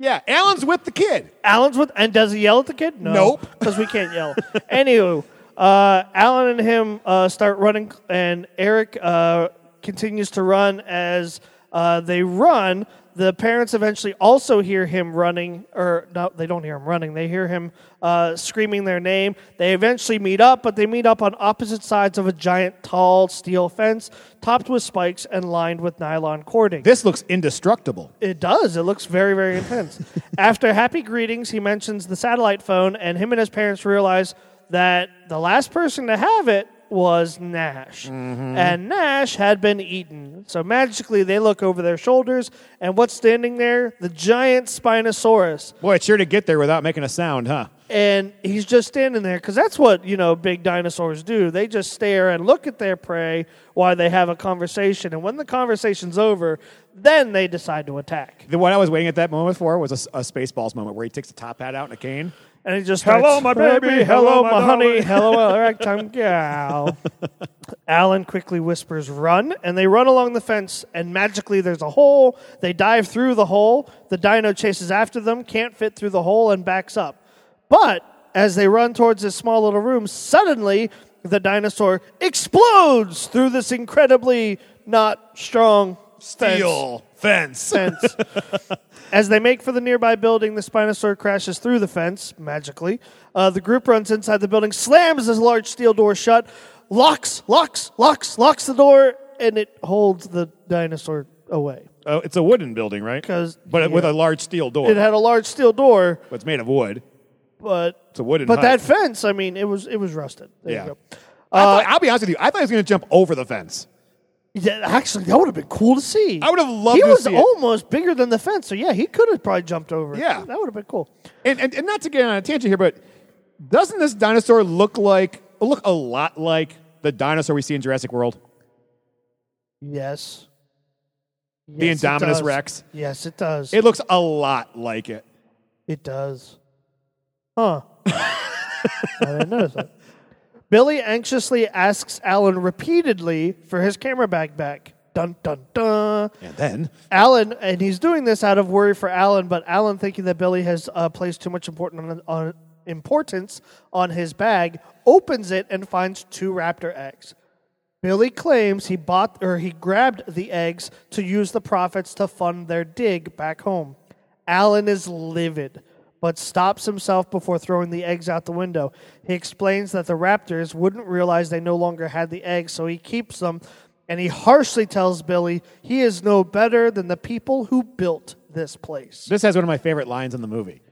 Yeah, Alan's with the kid. Alan's with, and does he yell at the kid? No, Nope. because we can't yell. Anywho, uh, Alan and him uh, start running, and Eric uh, continues to run as uh, they run. The parents eventually also hear him running, or no, they don't hear him running. They hear him uh, screaming their name. They eventually meet up, but they meet up on opposite sides of a giant, tall steel fence topped with spikes and lined with nylon cording. This looks indestructible. It does. It looks very, very intense. After happy greetings, he mentions the satellite phone, and him and his parents realize that the last person to have it was Nash. And Nash had been eaten. So magically, they look over their shoulders, and what's standing there? The giant Spinosaurus. Boy, it's sure to get there without making a sound, huh? And he's just standing there because that's what, you know, big dinosaurs do. They just stare and look at their prey while they have a conversation. And when the conversation's over, then they decide to attack. The, what I was waiting at that moment for was a s- a, Spaceballs moment where he takes the top hat out and a cane. And he just Hello, starts, my baby. Hello, hello, my my honey, darling." hello, ragtime gal. Alan quickly whispers, "Run!" And they run along the fence, and magically there's a hole. They dive through the hole. The dino chases after them, can't fit through the hole, and backs up. But as they run towards this small little room, suddenly the dinosaur explodes through this incredibly not strong fence. Steel. Fence. fence. As they make for the nearby building, the Spinosaur crashes through the fence, magically. Uh, the group runs inside the building, slams this large steel door shut, locks, locks, locks, locks the door, and it holds the dinosaur away. Oh, it's a wooden building, right? 'Cause- but with yeah. a large steel door. It had a large steel door, But it's made of wood. but It's a wooden. but hut. that fence, I mean, it was it was rusted. There Yeah. you go. Uh, I thought, I'll be honest with you. I thought he was going to jump over the fence. Yeah, actually, that would have been cool to see. I would have loved He to was see it. almost bigger than the fence, so yeah, he could have probably jumped over. it. Yeah. that would have been cool. And, and and not to get on a tangent here, but doesn't this dinosaur look like look a lot like the dinosaur we see in Jurassic World? Yes. The Yes, it Indominus does. Rex. Yes, it does. It looks a lot like it. It does. Huh. I didn't notice that. Billy anxiously asks Alan repeatedly for his camera bag back. Dun dun dun. And then Alan, and he's doing this out of worry for Alan, but Alan thinking that Billy has uh, placed too much important on, on importance on his bag, opens it and finds two raptor eggs. Billy claims he bought or he grabbed the eggs to use the profits to fund their dig back home. Alan is livid, but stops himself before throwing the eggs out the window. He explains that the raptors wouldn't realize they no longer had the eggs, so he keeps them, and he harshly tells Billy he is no better than the people who built this place. this has one of my favorite lines in the movie,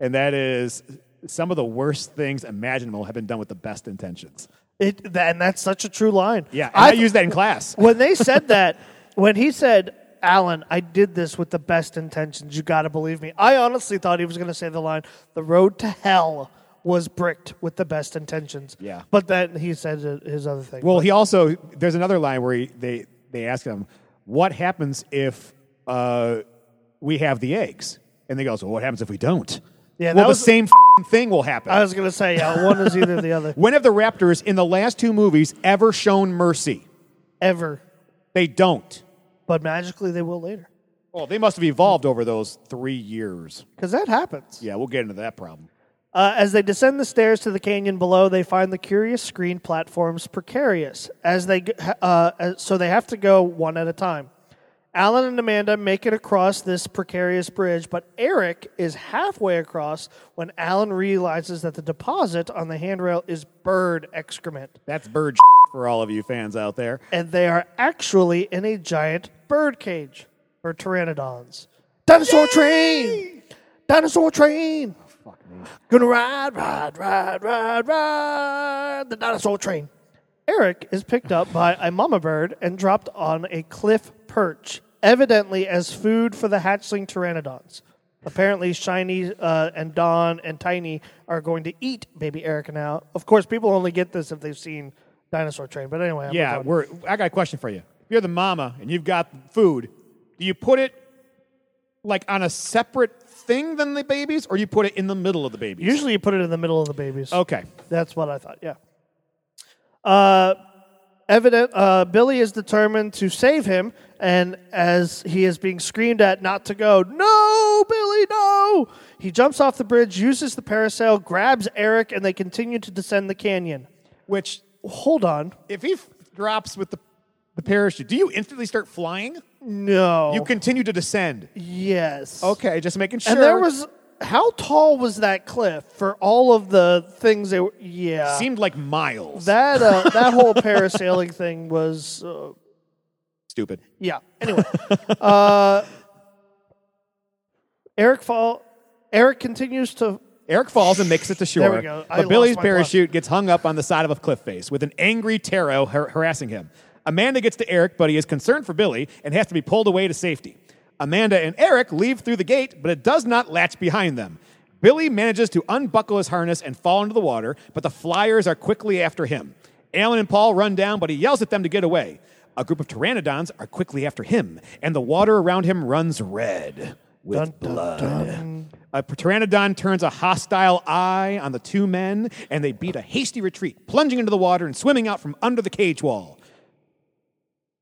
and that is some of the worst things imaginable have been done with the best intentions. It, tha- and that's such a true line. Yeah, and I, th- use that in class. when they said that, when he said, Alan, I did this with the best intentions, you got to believe me. I honestly thought he was going to say the line, the road to hell was bricked with the best intentions. Yeah. But then he said it- his other thing. Well, he also there's another line where he, they they ask him what happens if uh, we have the eggs, and they goes, "Well, what happens if we don't?" Yeah, well, that the was- same fing thing will happen. I was going to say, yeah, one is either the other. when have the Raptors in the last two movies ever shown mercy? Ever. They don't. But magically, they will later. Well, they must have evolved over those three years. Because that happens. Yeah, we'll get into that problem. Uh, as they descend the stairs to the canyon below, they find the curious screen platforms precarious. As they g- ha- uh, as- so they have to go one at a time. Alan and Amanda make it across this precarious bridge, but Eric is halfway across when Alan realizes that the deposit on the handrail is bird excrement, That's bird for all of you fans out there. and they are actually in a giant bird cage for pteranodons. Dinosaur train! Dinosaur train! Gonna ride, ride, ride, ride, ride the dinosaur train. Eric is picked up by a mama bird and dropped on a cliff perch, evidently as food for the hatchling pteranodons. Apparently, Shiny uh, and Don and Tiny are going to eat baby Eric now. Of course, people only get this if they've seen Dinosaur Train. But anyway, I'm Yeah, going. we're, I got a question for you. If you're the mama and you've got food, do you put it like on a separate thing than the babies, or you put it in the middle of the babies? usually you put it in the middle of the babies. Okay. That's what I thought. Yeah. Uh, evident. Uh, Billy is determined to save him, and as he is being screamed at not to go, no, Billy, no. He jumps off the bridge, uses the parasail, grabs Eric, and they continue to descend the canyon. Which, Hold on. if he f- drops with the, the parachute, do you instantly start flying? No. You continue to descend. Yes. Oh. Okay, just making sure. And there was. How tall was that cliff for all of the things they were? Yeah. seemed like miles. that uh, that whole parasailing thing was uh, Stupid. Yeah. Anyway, uh, Eric fall. Eric continues to. Eric falls and makes it to shore. There we go. I But lost Billy's my plot. parachute gets hung up on the side of a cliff face with an angry Taro har- harassing him. Amanda gets to Eric, but he is concerned for Billy and has to be pulled away to safety. Amanda and Eric leave through the gate, but it does not latch behind them. Billy manages to unbuckle his harness and fall into the water, but the flyers are quickly after him. Alan and Paul run down, but he yells at them to get away. A group of pteranodons are quickly after him, and the water around him runs red with blood. A pteranodon turns a hostile eye on the two men, and they beat a hasty retreat, plunging into the water and swimming out from under the cage wall.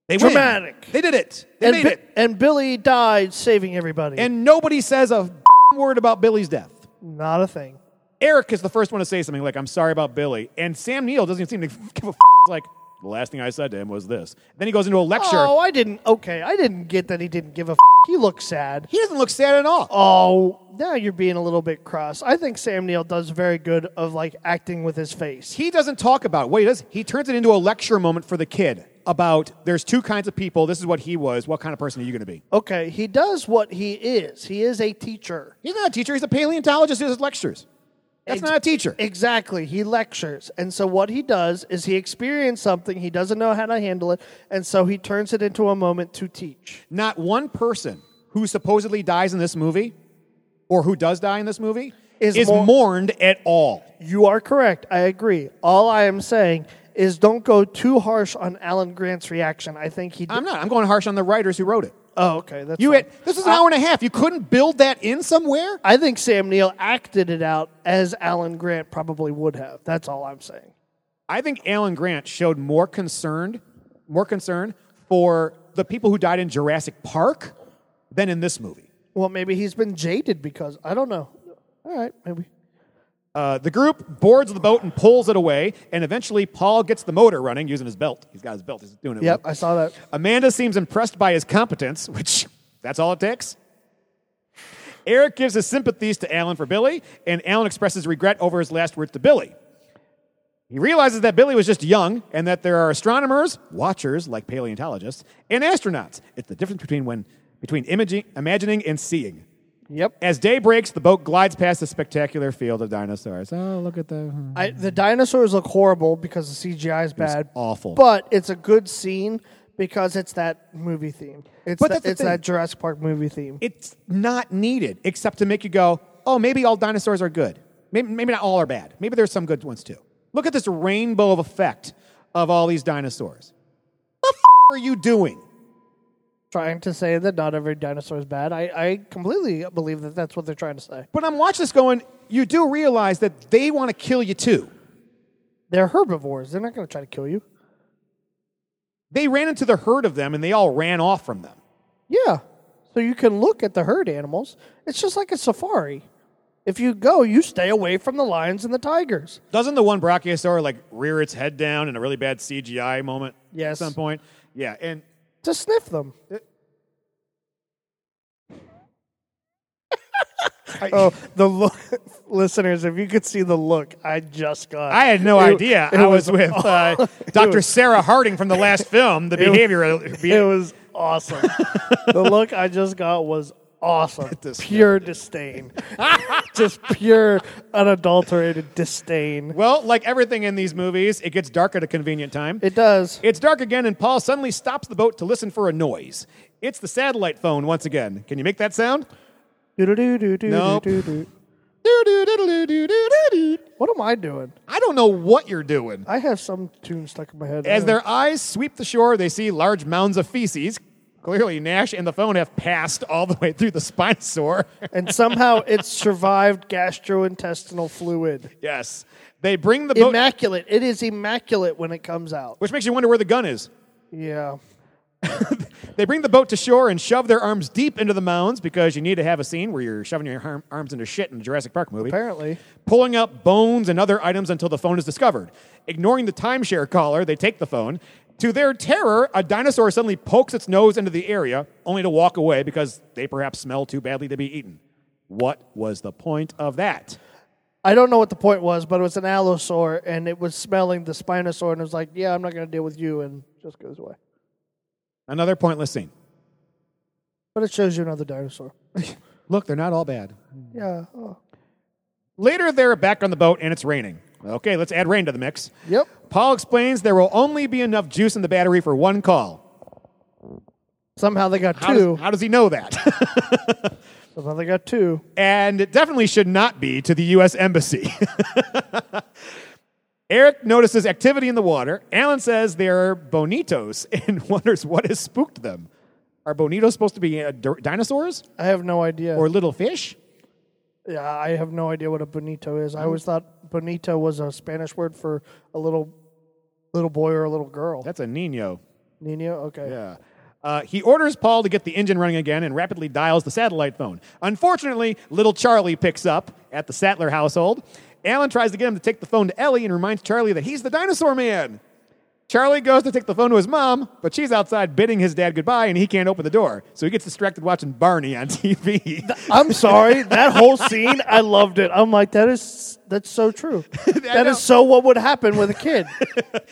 They win. Dramatic. They did it. They And, made Bi- it. and Billy died saving everybody. And nobody says a word about Billy's death. Not a thing. Eric is the first one to say something like, "I'm sorry about Billy," and Sam Neill doesn't even seem to give a like, The last thing I said to him was this. Then he goes into a lecture. Oh, I didn't. Okay, I didn't get that he didn't give a. F- he looks sad. He doesn't look sad at all. Oh, now you're being a little bit cross. I think Sam Neill does very good of like acting with his face. He doesn't talk about it. what he does. He turns it into a lecture moment for the kid about there's two kinds of people. This is what he was. What kind of person are you going to be? Okay, he does what he is. He is a teacher. He's not a teacher. He's a paleontologist who does lectures. That's Ex- not a teacher. Exactly. He lectures. And so what he does is he experiences something, he doesn't know how to handle it, and so he turns it into a moment to teach. Not one person who supposedly dies in this movie or who does die in this movie Is is, mor- mourned at all. You are correct. I agree. All I am saying is don't go too harsh on Alan Grant's reaction. I think he did. I'm not. I'm going harsh on the writers who wrote it. oh, okay. That's You fine. had, this is an hour and a half. You couldn't build that in somewhere? I think Sam Neill acted it out as Alan Grant probably would have. That's all I'm saying. I think Alan Grant showed more concerned, more concern for the people who died in Jurassic Park than in this movie. Well, maybe he's been jaded because I don't know. All right, maybe. Uh, the group boards the boat and pulls it away, and eventually Paul gets the motor running using his belt. He's got his belt. He's doing it. Yep, with- I saw that. Amanda seems impressed by his competence, which that's all it takes. Eric gives his sympathies to Alan for Billy, and Alan expresses regret over his last words to Billy. He realizes that Billy was just young and that there are astronomers, watchers like paleontologists, and astronauts. It's the difference between when between imaging, imagining and seeing. Yep. As day breaks, the boat glides past the spectacular field of dinosaurs. Oh, look at the I, the dinosaurs look horrible because the CGI is bad. awful. But it's a good scene because it's that movie theme. It's, But that, that's the it's that thing. Jurassic Park movie theme. it's not needed except to make you go, oh, maybe all dinosaurs are good. Maybe, maybe not all are bad. Maybe there's some good ones too. Look at this rainbow of effect of all these dinosaurs. What the f- are you doing? trying to say that not every dinosaur is bad. I, I completely believe that that's what they're trying to say. But I'm watching this going, you do realize that they want to kill you too. They're herbivores. They're not going to try to kill you. They ran into the herd of them and they all ran off from them. Yeah. So you can look at the herd animals. It's just like a safari. If you go, you stay away from the lions and the tigers. Doesn't the one brachiosaur like rear its head down in a really bad CGI moment Yes. at some point? Yeah, and to sniff them. oh, the look, listeners! If you could see the look I just got, I had no It- idea it I was, with aw- uh, it Dr. was- Sarah Harding from the last film, The it was- Behavior. It was awesome. the look I just got was awesome. Pure disdain, just pure unadulterated disdain. well, like everything in these movies, it gets dark at a convenient time. It does. it's dark again, and Paul suddenly stops the boat to listen for a noise. It's the satellite phone once again. Can you make that sound? Nope. Do-do-do-do-do-do-do. Doo-doo-diddle-doo-doo-doo-doo. What am I doing? I don't know what you're doing. I have some tune stuck in my As head. I don't- their eyes sweep the shore, they see large mounds of feces. Clearly, Nash and the phone have passed all the way through the spinosaur. and somehow it survived gastrointestinal fluid. yes. They bring the boat, Immaculate. It is immaculate when it comes out. which makes you wonder where the gun is. Yeah. They bring the boat to shore and shove their arms deep into the mounds because you need to have a scene where you're shoving your arm, arms into shit in a Jurassic Park movie. Apparently. Pulling up bones and other items until the phone is discovered. Ignoring the timeshare caller, they take the phone. To their terror, a dinosaur suddenly pokes its nose into the area, only to walk away because they perhaps smell too badly to be eaten. What was the point of that? I don't know what the point was, but it was an allosaur and it was smelling the spinosaur and it was like, yeah, I'm not going to deal with you and just goes away. Another pointless scene. But it shows you another dinosaur. Look, they're not all bad. Yeah. Oh. Later, they're back on the boat and it's raining. Okay, let's add rain to the mix. Yep. Paul explains there will only be enough juice in the battery for one call. Somehow they got How, two. Does, how does he know that? Somehow they got two. and it definitely should not be to the U.S. Embassy. Eric notices activity in the water. Alan says they're bonitos and wonders what has spooked them. Are bonitos supposed to be uh, dir- dinosaurs I have no idea. or little fish? yeah, I have no idea what a bonito is. I always thought bonito was a Spanish word for a little little boy or a little girl. That's a nino. Nino? Okay. Yeah. Uh, he orders Paul to get the engine running again and rapidly dials the satellite phone. Unfortunately, little Charlie picks up at the Sattler household. Alan tries to get him to take the phone to Ellie and reminds Charlie that he's the dinosaur man. Charlie goes to take the phone to his mom, but she's outside bidding his dad goodbye, and he can't open the door. So he gets distracted watching Barney on TV. I'm sorry. That whole scene, I loved it. I'm like, that is that's so true. that is so what would happen with a kid.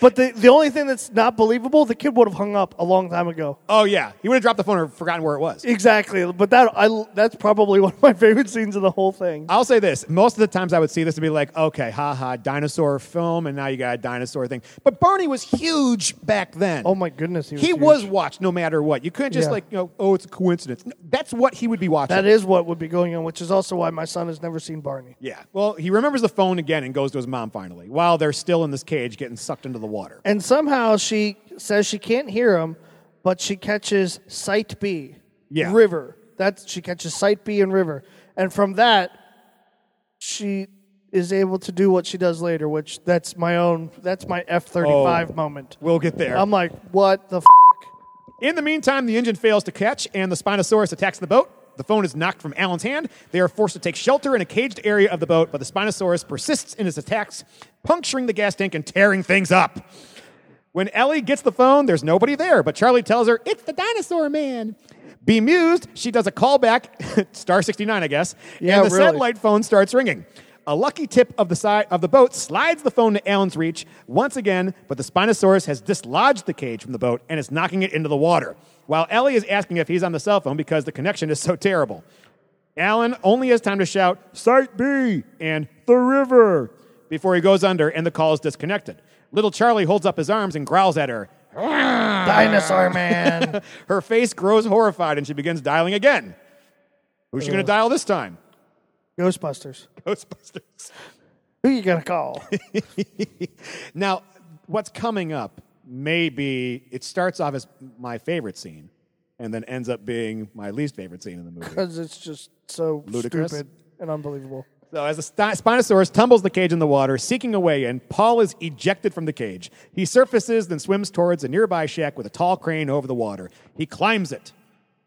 but the the only thing that's not believable, the kid would have hung up a long time ago. oh, yeah. He would have dropped the phone or forgotten where it was. Exactly. But that I that's probably one of my favorite scenes of the whole thing. I'll say this. Most of the times I would see this and be like, okay, haha, dinosaur film, and now you got a dinosaur thing. But Barney was huge back then. Oh my goodness, he was huge. watched no matter what. You couldn't just Yeah. like, you know, oh, it's a coincidence. No, That's what he would be watching. That is what would be going on, which is also why my son has never seen Barney. Yeah. Well, he remembers the phone again and goes to his mom finally while they're still in this cage getting sucked into the water. And somehow she says she can't hear him, but she catches Sight B, Yeah. River. That's she catches Sight B and River, and from that, she is able to do what she does later. Which that's my own. That's my F thirty five moment. Oh, We'll get there. I'm like, what the. F-? in the meantime, the engine fails to catch and the Spinosaurus attacks the boat. The phone is knocked from Alan's hand. They are forced to take shelter in a caged area of the boat, but the Spinosaurus persists in its attacks, puncturing the gas tank and tearing things up. When Ellie gets the phone, there's nobody there, but Charlie tells her, It's the dinosaur man. Bemused, she does a callback, star 69, I guess, Yeah, and the really. satellite phone starts ringing. A lucky tip of the side of the boat slides the phone to Alan's reach once again, but the Spinosaurus has dislodged the cage from the boat and is knocking it into the water. While Ellie is asking if he's on the cell phone because the connection is so terrible. Alan only has time to shout, Site B and the river, before he goes under and the call is disconnected. Little Charlie holds up his arms and growls at her. Dinosaur man. Her face grows horrified and she begins dialing again. Who's she going to dial this time? Ghostbusters. Ghostbusters. Who you gonna call? Now, what's coming up maybe it starts off as my favorite scene and then ends up being my least favorite scene in the movie. Because it's just so Ludicrous. stupid and unbelievable. So as the sti- Spinosaurus tumbles the cage in the water, seeking a way in, Paul is ejected from the cage. He surfaces, then swims towards a nearby shack with a tall crane over the water. He climbs it.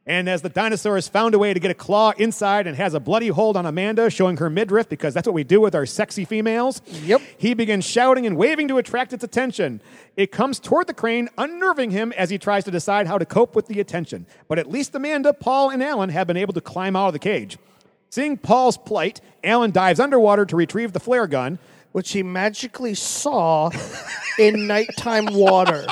And as the dinosaur has found a way to get a claw inside and has a bloody hold on Amanda, showing her midriff because that's what we do with our sexy females. Yep. He begins shouting and waving to attract its attention. It comes toward the crane, unnerving him as he tries to decide how to cope with the attention. But at least Amanda, Paul, and Alan have been able to climb out of the cage. Seeing Paul's plight, Alan dives underwater to retrieve the flare gun. which he magically saw in nighttime water.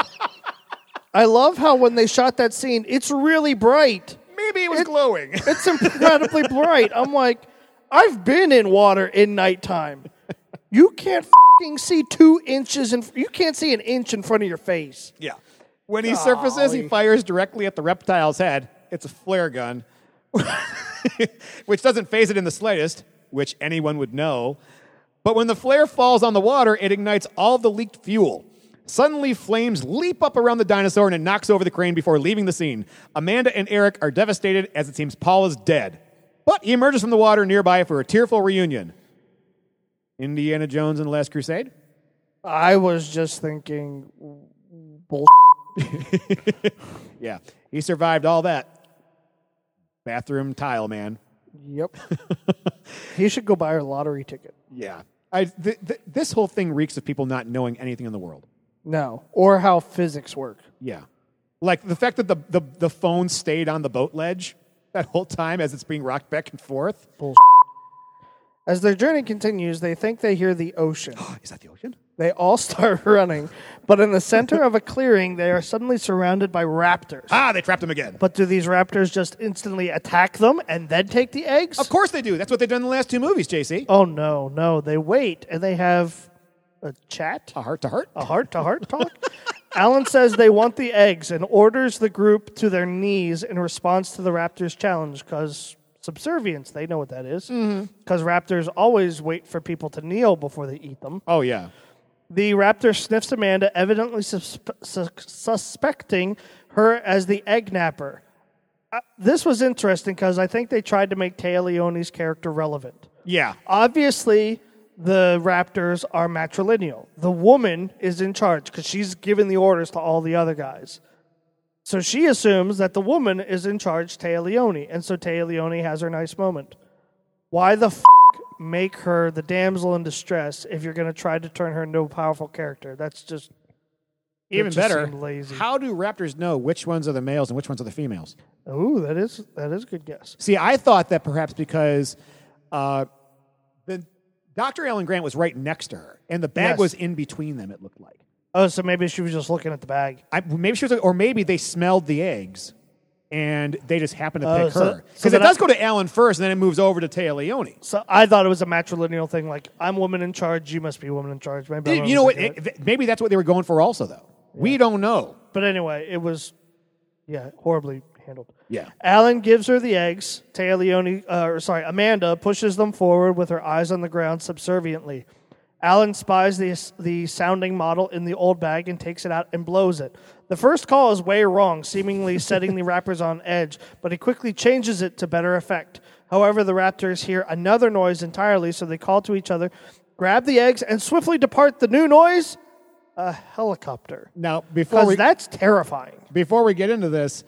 I love how when they shot that scene, it's really bright. Maybe it was glowing. It's incredibly bright. I'm like, I've been in water in nighttime. You can't fing see two inches in. You can't see an inch in front of your face. yeah. When he surfaces, he Golly. fires directly at the reptile's head. It's a flare gun, which doesn't phase it in the slightest, which anyone would know. But when the flare falls on the water, it ignites all the leaked fuel. Suddenly, flames leap up around the dinosaur and it knocks over the crane before leaving the scene. Amanda and Eric are devastated as it seems Paul is dead. But he emerges from the water nearby for a tearful reunion. Indiana Jones and the Last Crusade? I was just thinking, bull. Yeah. He survived all that. Bathroom tile, man. Yep. he should go buy her lottery ticket. Yeah. I, th- th- this whole thing reeks of people not knowing anything in the world. No, or how physics work. Yeah. Like the fact that the, the, the phone stayed on the boat ledge that whole time as it's being rocked back and forth. As their journey continues, they think they hear the ocean. Is that the ocean? They all start running, but in the center of a clearing, they are suddenly surrounded by raptors. Ah, they trapped him again. But do these raptors just instantly attack them and then take the eggs? Of course they do. That's what they've done in the last two movies, JC. Oh, no, no. They wait and they have a chat, A heart to heart. a heart to heart talk. Alan says they want the eggs and orders the group to their knees in response to the raptors' challenge because subservience, they know what that is. Mm-hmm. Because raptors always wait for people to kneel before they eat them. Oh, yeah. The raptor sniffs Amanda, evidently suspe- sus- suspecting her as the egg napper. Uh, this was interesting because I think they tried to make Taya Leone's character relevant. Yeah. Obviously, the raptors are matrilineal. The woman is in charge because she's giving the orders to all the other guys. So she assumes that the woman is in charge, Taya Leone, and so Taya Leone has her nice moment. Why the f- make her the damsel in distress if you're going to try to turn her into a powerful character? That's just Even just better, seem lazy. how do raptors know which ones are the males and which ones are the females? Ooh, that is that is a good guess. See, I thought that perhaps because uh, the Dr. Ellen Grant was right next to her, and the bag Yes. was in between them. It looked like Oh, so maybe she was just looking at the bag. I, maybe she was, or maybe they smelled the eggs, and they just happened to Oh, pick so- her so because it then I- does go to Ellen first, and then it moves over to Taya Leone. So I thought it was a matrilineal thing. Like I'm woman in charge, you must be woman in charge. Maybe I'm Dude, you know what? overthinking it. It- th- maybe that's what they were going for. Also, though, we don't know. But anyway, it was, yeah, horribly handled. Yeah. Alan gives her the eggs. Taya Leone, uh, or sorry, Amanda pushes them forward with her eyes on the ground subserviently. Alan spies the, the sounding model in the old bag and takes it out and blows it. The first call is way wrong, seemingly setting the rappers on edge, but he quickly changes it to better effect. However, the raptors hear another noise entirely, so they call to each other, grab the eggs, and swiftly depart the new noise a helicopter. Now, before Because we that's terrifying. before we get into this,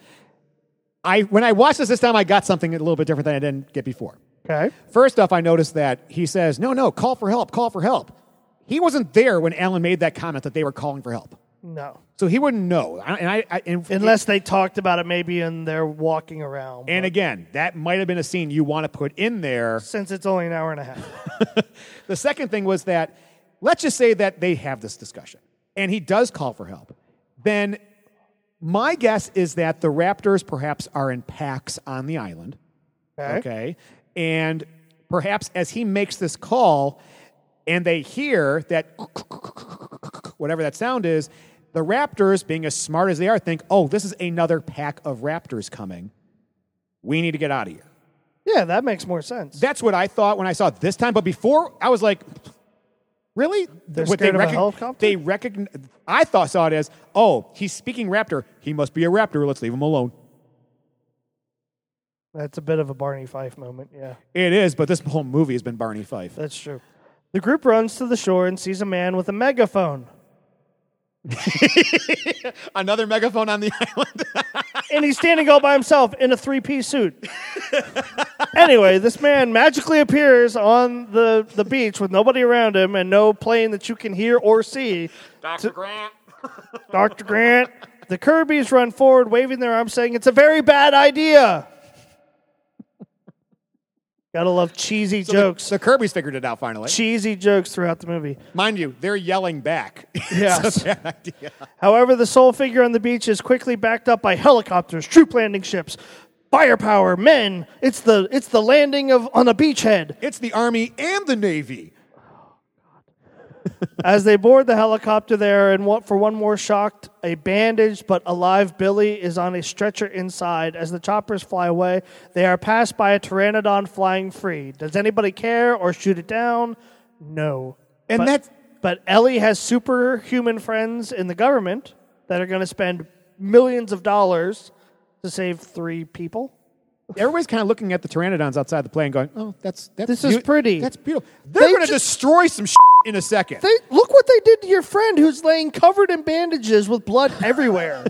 I when I watched this this time, I got something a little bit different than I didn't get before. Okay. First off, I noticed that he says, "No, no, call for help, call for help." He wasn't there when Alan made that comment that they were calling for help, No. so he wouldn't know. I- And I, I and, Unless they talked about it maybe and they're walking around. and again, that might have been a scene you want to put in there. since it's only an hour and a half. The second thing was that let's just say that they have this discussion and he does call for help. Then my guess is that the Raptors perhaps are in packs on the island. Okay. Okay. And perhaps as he makes this call and they hear that whatever that sound is, the Raptors, being as smart as they are, think, oh, this is another pack of Raptors coming. We need to get out of here. Yeah, that makes more sense. That's what I thought when I saw it this time. But before, I was like, really? They're scared of a helicopter? They recognize. I thought saw it as, oh, he's speaking raptor. He must be a raptor. Let's leave him alone. That's a bit of a Barney Fife moment. Yeah, It is, but this whole movie has been Barney Fife. that's true. The group runs to the shore and sees a man with a megaphone. Another megaphone on the island. and he's standing all by himself in a three-piece suit. anyway, this man magically appears on the, the beach with nobody around him and no plane that you can hear or see. Dr. Grant. Dr. Grant, the Kirby's run forward, waving their arms, saying, It's a very bad idea. Gotta love cheesy jokes. So Kirby's figured it out finally. cheesy jokes throughout the movie. Mind you, they're yelling back. Yes. Bad idea. However, the sole figure on the beach is quickly backed up by helicopters, troop landing ships, firepower, men. It's the it's the landing of on a beachhead. It's the army and the navy. As they board the helicopter there and want for one more shocked, a bandaged but alive Billy is on a stretcher inside. As the choppers fly away, they are passed by a pteranodon flying free. Does anybody care or shoot it down? No. And but, that's- but Ellie has superhuman friends in the government that are going to spend millions of dollars to save three people. Everybody's kind of looking at the pteranodons outside the plane, going, "Oh, that's that's This is pretty. That's beautiful. They're They going to ju- destroy some shit in a second. They look what they did to your friend who's laying covered in bandages with blood everywhere.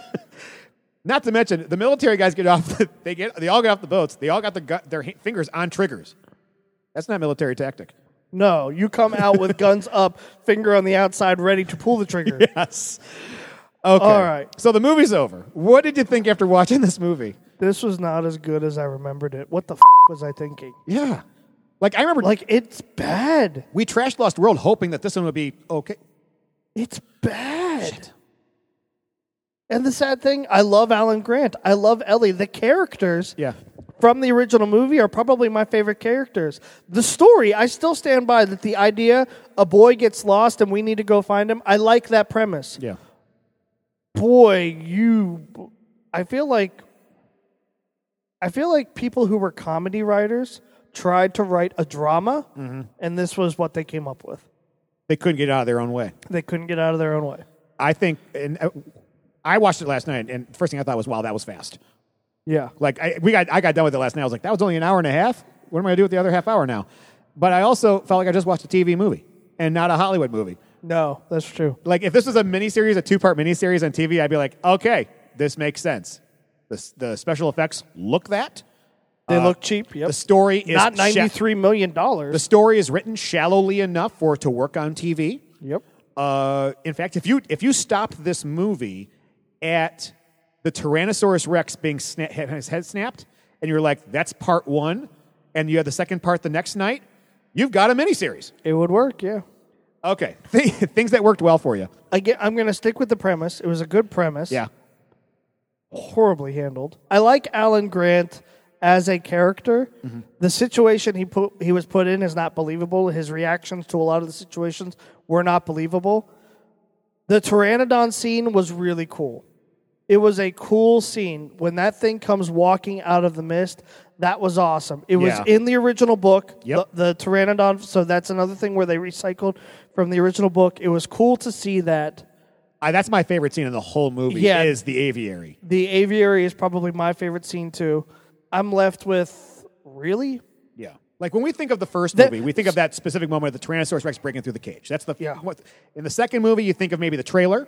Not to mention the military guys get off. The, they get they all get off the boats. They all got the gu- their h- fingers on triggers. That's not military tactic. No, you come out with guns up, finger on the outside, ready to pull the trigger. Yes. Okay. All right. So the movie's over. What did you think after watching this movie? This was not as good as I remembered it. What the f- was I thinking? Yeah. Like I remember, Like, it's bad. we trashed Lost World, hoping that this one would be okay. It's bad. And the sad thing, I love Alan Grant. I love Ellie. The characters Yeah. from the original movie are probably my favorite characters. The story, I still stand by that the idea a boy gets lost and we need to go find him. I like that premise. Yeah. boy, you. I feel like. I feel like people who were comedy writers tried to write a drama, Mm-hmm. and this was what they came up with. They couldn't get out of their own way. They couldn't get out of their own way. I think, and uh, I watched it last night, and first thing I thought was, "Wow, that was fast." Yeah. Like I, we got, I got done with it last night. I was like, "That was only an hour and a half. What am I gonna do with the other half hour now?" But I also felt like I just watched a TV movie and not a Hollywood movie. No, that's true. Like if this was a miniseries, a two-part miniseries on TV, I'd be like, "Okay, this makes sense." The, s- the special effects look that. They look cheap. Yep. Uh, The story is Not sha- ninety-three million the dollars. story is written shallowly enough for it to work on TV. Yep. Uh, in fact, if you if you stop this movie at the Tyrannosaurus Rex being sna- had his head snapped, and you're like, "That's part one," and you have the second part the next night, you've got a miniseries. It would work, yeah. Okay, Th- things that worked well for you. I get, I'm going to stick with the premise. It was a good premise. Yeah, horribly handled. I like Alan Grant as a character. The situation he put he was put in is not believable. His reactions to a lot of the situations were not believable. The pteranodon scene was really cool. It was a cool scene when that thing comes walking out of the mist. That was awesome. It was Yeah. in the original book, Yep. the, the pteranodon. So that's another thing where they recycled from the original book. It was cool to see that. I, that's my favorite scene in the whole movie. Yeah. is the aviary. The aviary is probably my favorite scene too. I'm left with really Yeah. Like when we think of the first That- movie, we think of that specific moment of the Tyrannosaurus Rex breaking through the cage. That's the Yeah. what- in the second movie you think of maybe the trailer,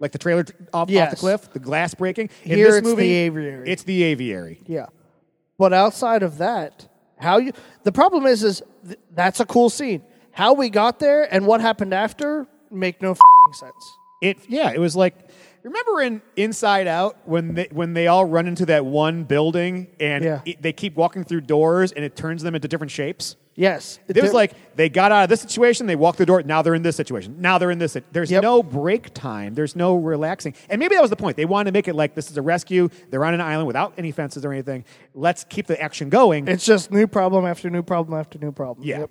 like the trailer t- off, off the Yes. cliff, the glass breaking. In Here this it's the movie, aviary. It's the aviary. yeah. But outside of that, how you the problem is is th- that's a cool scene. How we got there and what happened after make no fing sense. It yeah, it was like remember in Inside Out when they when they all run into that one building and Yeah. it- they keep walking through doors and it turns them into different shapes. Yes, It was like they got out of this situation, they walked through the door, now they're in this situation. Now they're in this. sit- There's Yep. no break time, there's no relaxing. And maybe that was the point. They wanted to make it like this is a rescue, they're on an island without any fences or anything. Let's keep the action going. it's just new problem after new problem after new problem. yeah.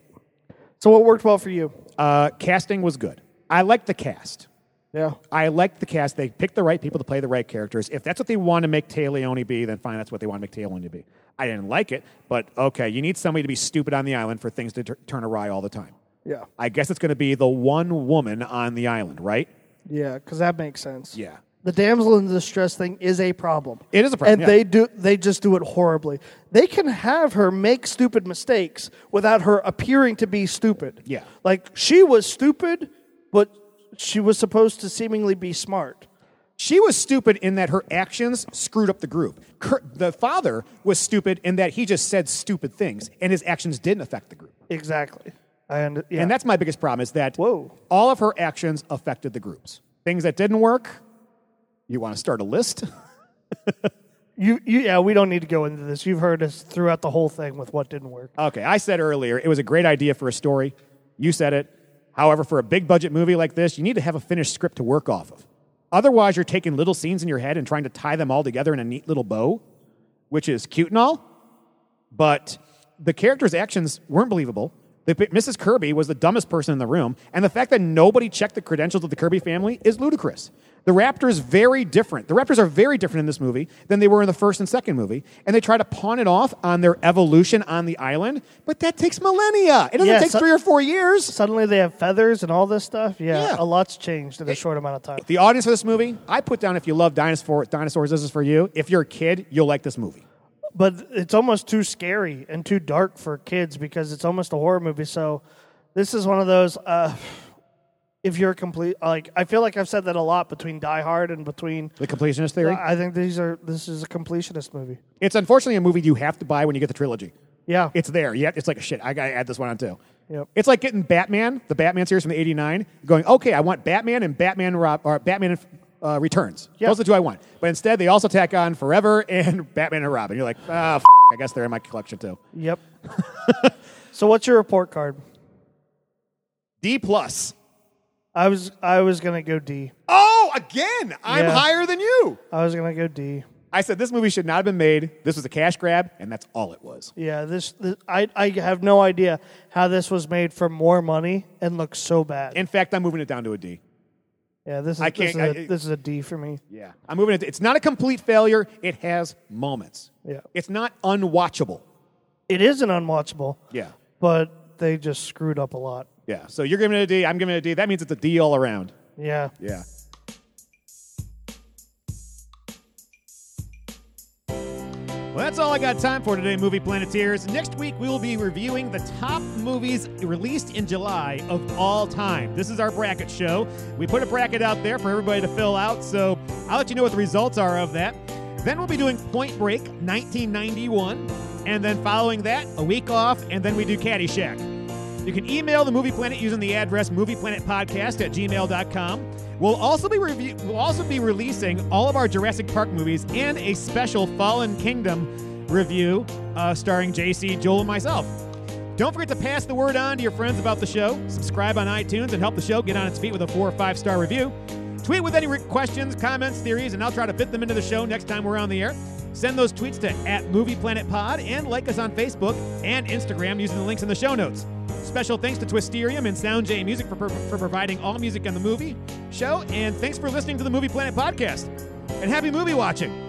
So what worked well for you? Uh, casting was good. I liked the cast. Yeah. I liked the cast. They picked the right people to play the right characters. If that's what they want to make Taleone be, then fine, that's what they want to make Taleone be. I didn't like it, but okay, you need somebody to be stupid on the island for things to tur turn awry all the time. Yeah. I guess it's going to be the one woman on the island, right? Yeah, cuz that makes sense. Yeah. The damsel in distress thing is a problem. It is a problem, and yeah. they do they just do it horribly. They can have her make stupid mistakes without her appearing to be stupid. Yeah. like she was stupid, but she was supposed to seemingly be smart. She was stupid in that her actions screwed up the group. Cur- the father was stupid in that he just said stupid things and his actions didn't affect the group. Exactly, and yeah, And that's my biggest problem is that Whoa. all of her actions affected the groups. Things that didn't work, you want to start a list? you, you. Yeah, we don't need to go into this. You've heard us throughout the whole thing with what didn't work. okay, I said earlier it was a great idea for a story. You said it. However, for a big budget movie like this, you need to have a finished script to work off of. Otherwise, you're taking little scenes in your head and trying to tie them all together in a neat little bow, which is cute and all, but the character's actions weren't believable. The, Mrs. Kirby was the dumbest person in the room, and the fact that nobody checked the credentials of the Kirby family is ludicrous. The Raptors very different. The Raptors are very different in this movie than they were in the first and second movie, and they try to pawn it off on their evolution on the island, but that takes millennia. It doesn't Yeah, take so- three or four years. Suddenly they have feathers and all this stuff. Yeah, Yeah. a lot's changed in a short amount of time. The audience for this movie, I put down if you love dinosaur, dinosaurs, this is for you. If you're a kid, you'll like this movie. but it's almost too scary and too dark for kids because it's almost a horror movie. So this is one of those. Uh, if you're complete, like I feel like I've said that a lot between Die Hard and between. The completionist theory. I think these are this is a completionist movie. It's unfortunately a movie you have to buy when you get the trilogy. Yeah, It's there. Yeah, it's like shit. I gotta add this one on too. Yep. It's like getting Batman, the Batman series from the '89, going okay. I want Batman and Batman Rob or Batman uh, Returns. Yep. Those are the two I want. But instead, they also tack on Forever and Batman and Robin. You're like, ah, f- I guess they're in my collection too. yep. so what's your report card? D plus. I was I was gonna go D. Oh, again, I'm Yeah. higher than you. I was gonna go D. I said this movie should not have been made. This was a cash grab, and that's all it was. Yeah, this, this I I have no idea how this was made for more money and looks so bad. In fact, I'm moving it down to a D. yeah, this is, I this, is can't- a- I- this is a D for me. Yeah. I'm moving it. It's not a complete failure. It has moments. Yeah. It's not unwatchable. It is an unwatchable. Yeah. but they just screwed up a lot. Yeah. So you're giving it a D. I'm giving it a D. That means it's a D all around. Yeah. Yeah. Well, that's all I got time for today, Movie Planeteers. Next week, we will be reviewing the top movies released in July of all time. This is our bracket show. We put a bracket out there for everybody to fill out, so I'll let you know what the results are of that. Then we'll be doing Point Break 1991, and then following that, a week off, and then we do Caddyshack. You can email the Movie Planet using the address movieplanetpodcast at gmail.com. We'll also be review- we'll also be releasing all of our Jurassic Park movies and a special Fallen Kingdom review uh, starring JC, Joel, and myself. Don't forget to pass the word on to your friends about the show. Subscribe on iTunes and help the show get on its feet with a four or five star review. Tweet with any re- questions, comments, theories, and I'll try to fit them into the show next time we're on the air. Send those tweets to at MoviePlanetPod and like us on Facebook and Instagram using the links in the show notes. Special thanks to Twisterium and Sound J Music for, for providing all music on the movie show, and thanks for listening to the Movie Planet podcast. And happy movie watching!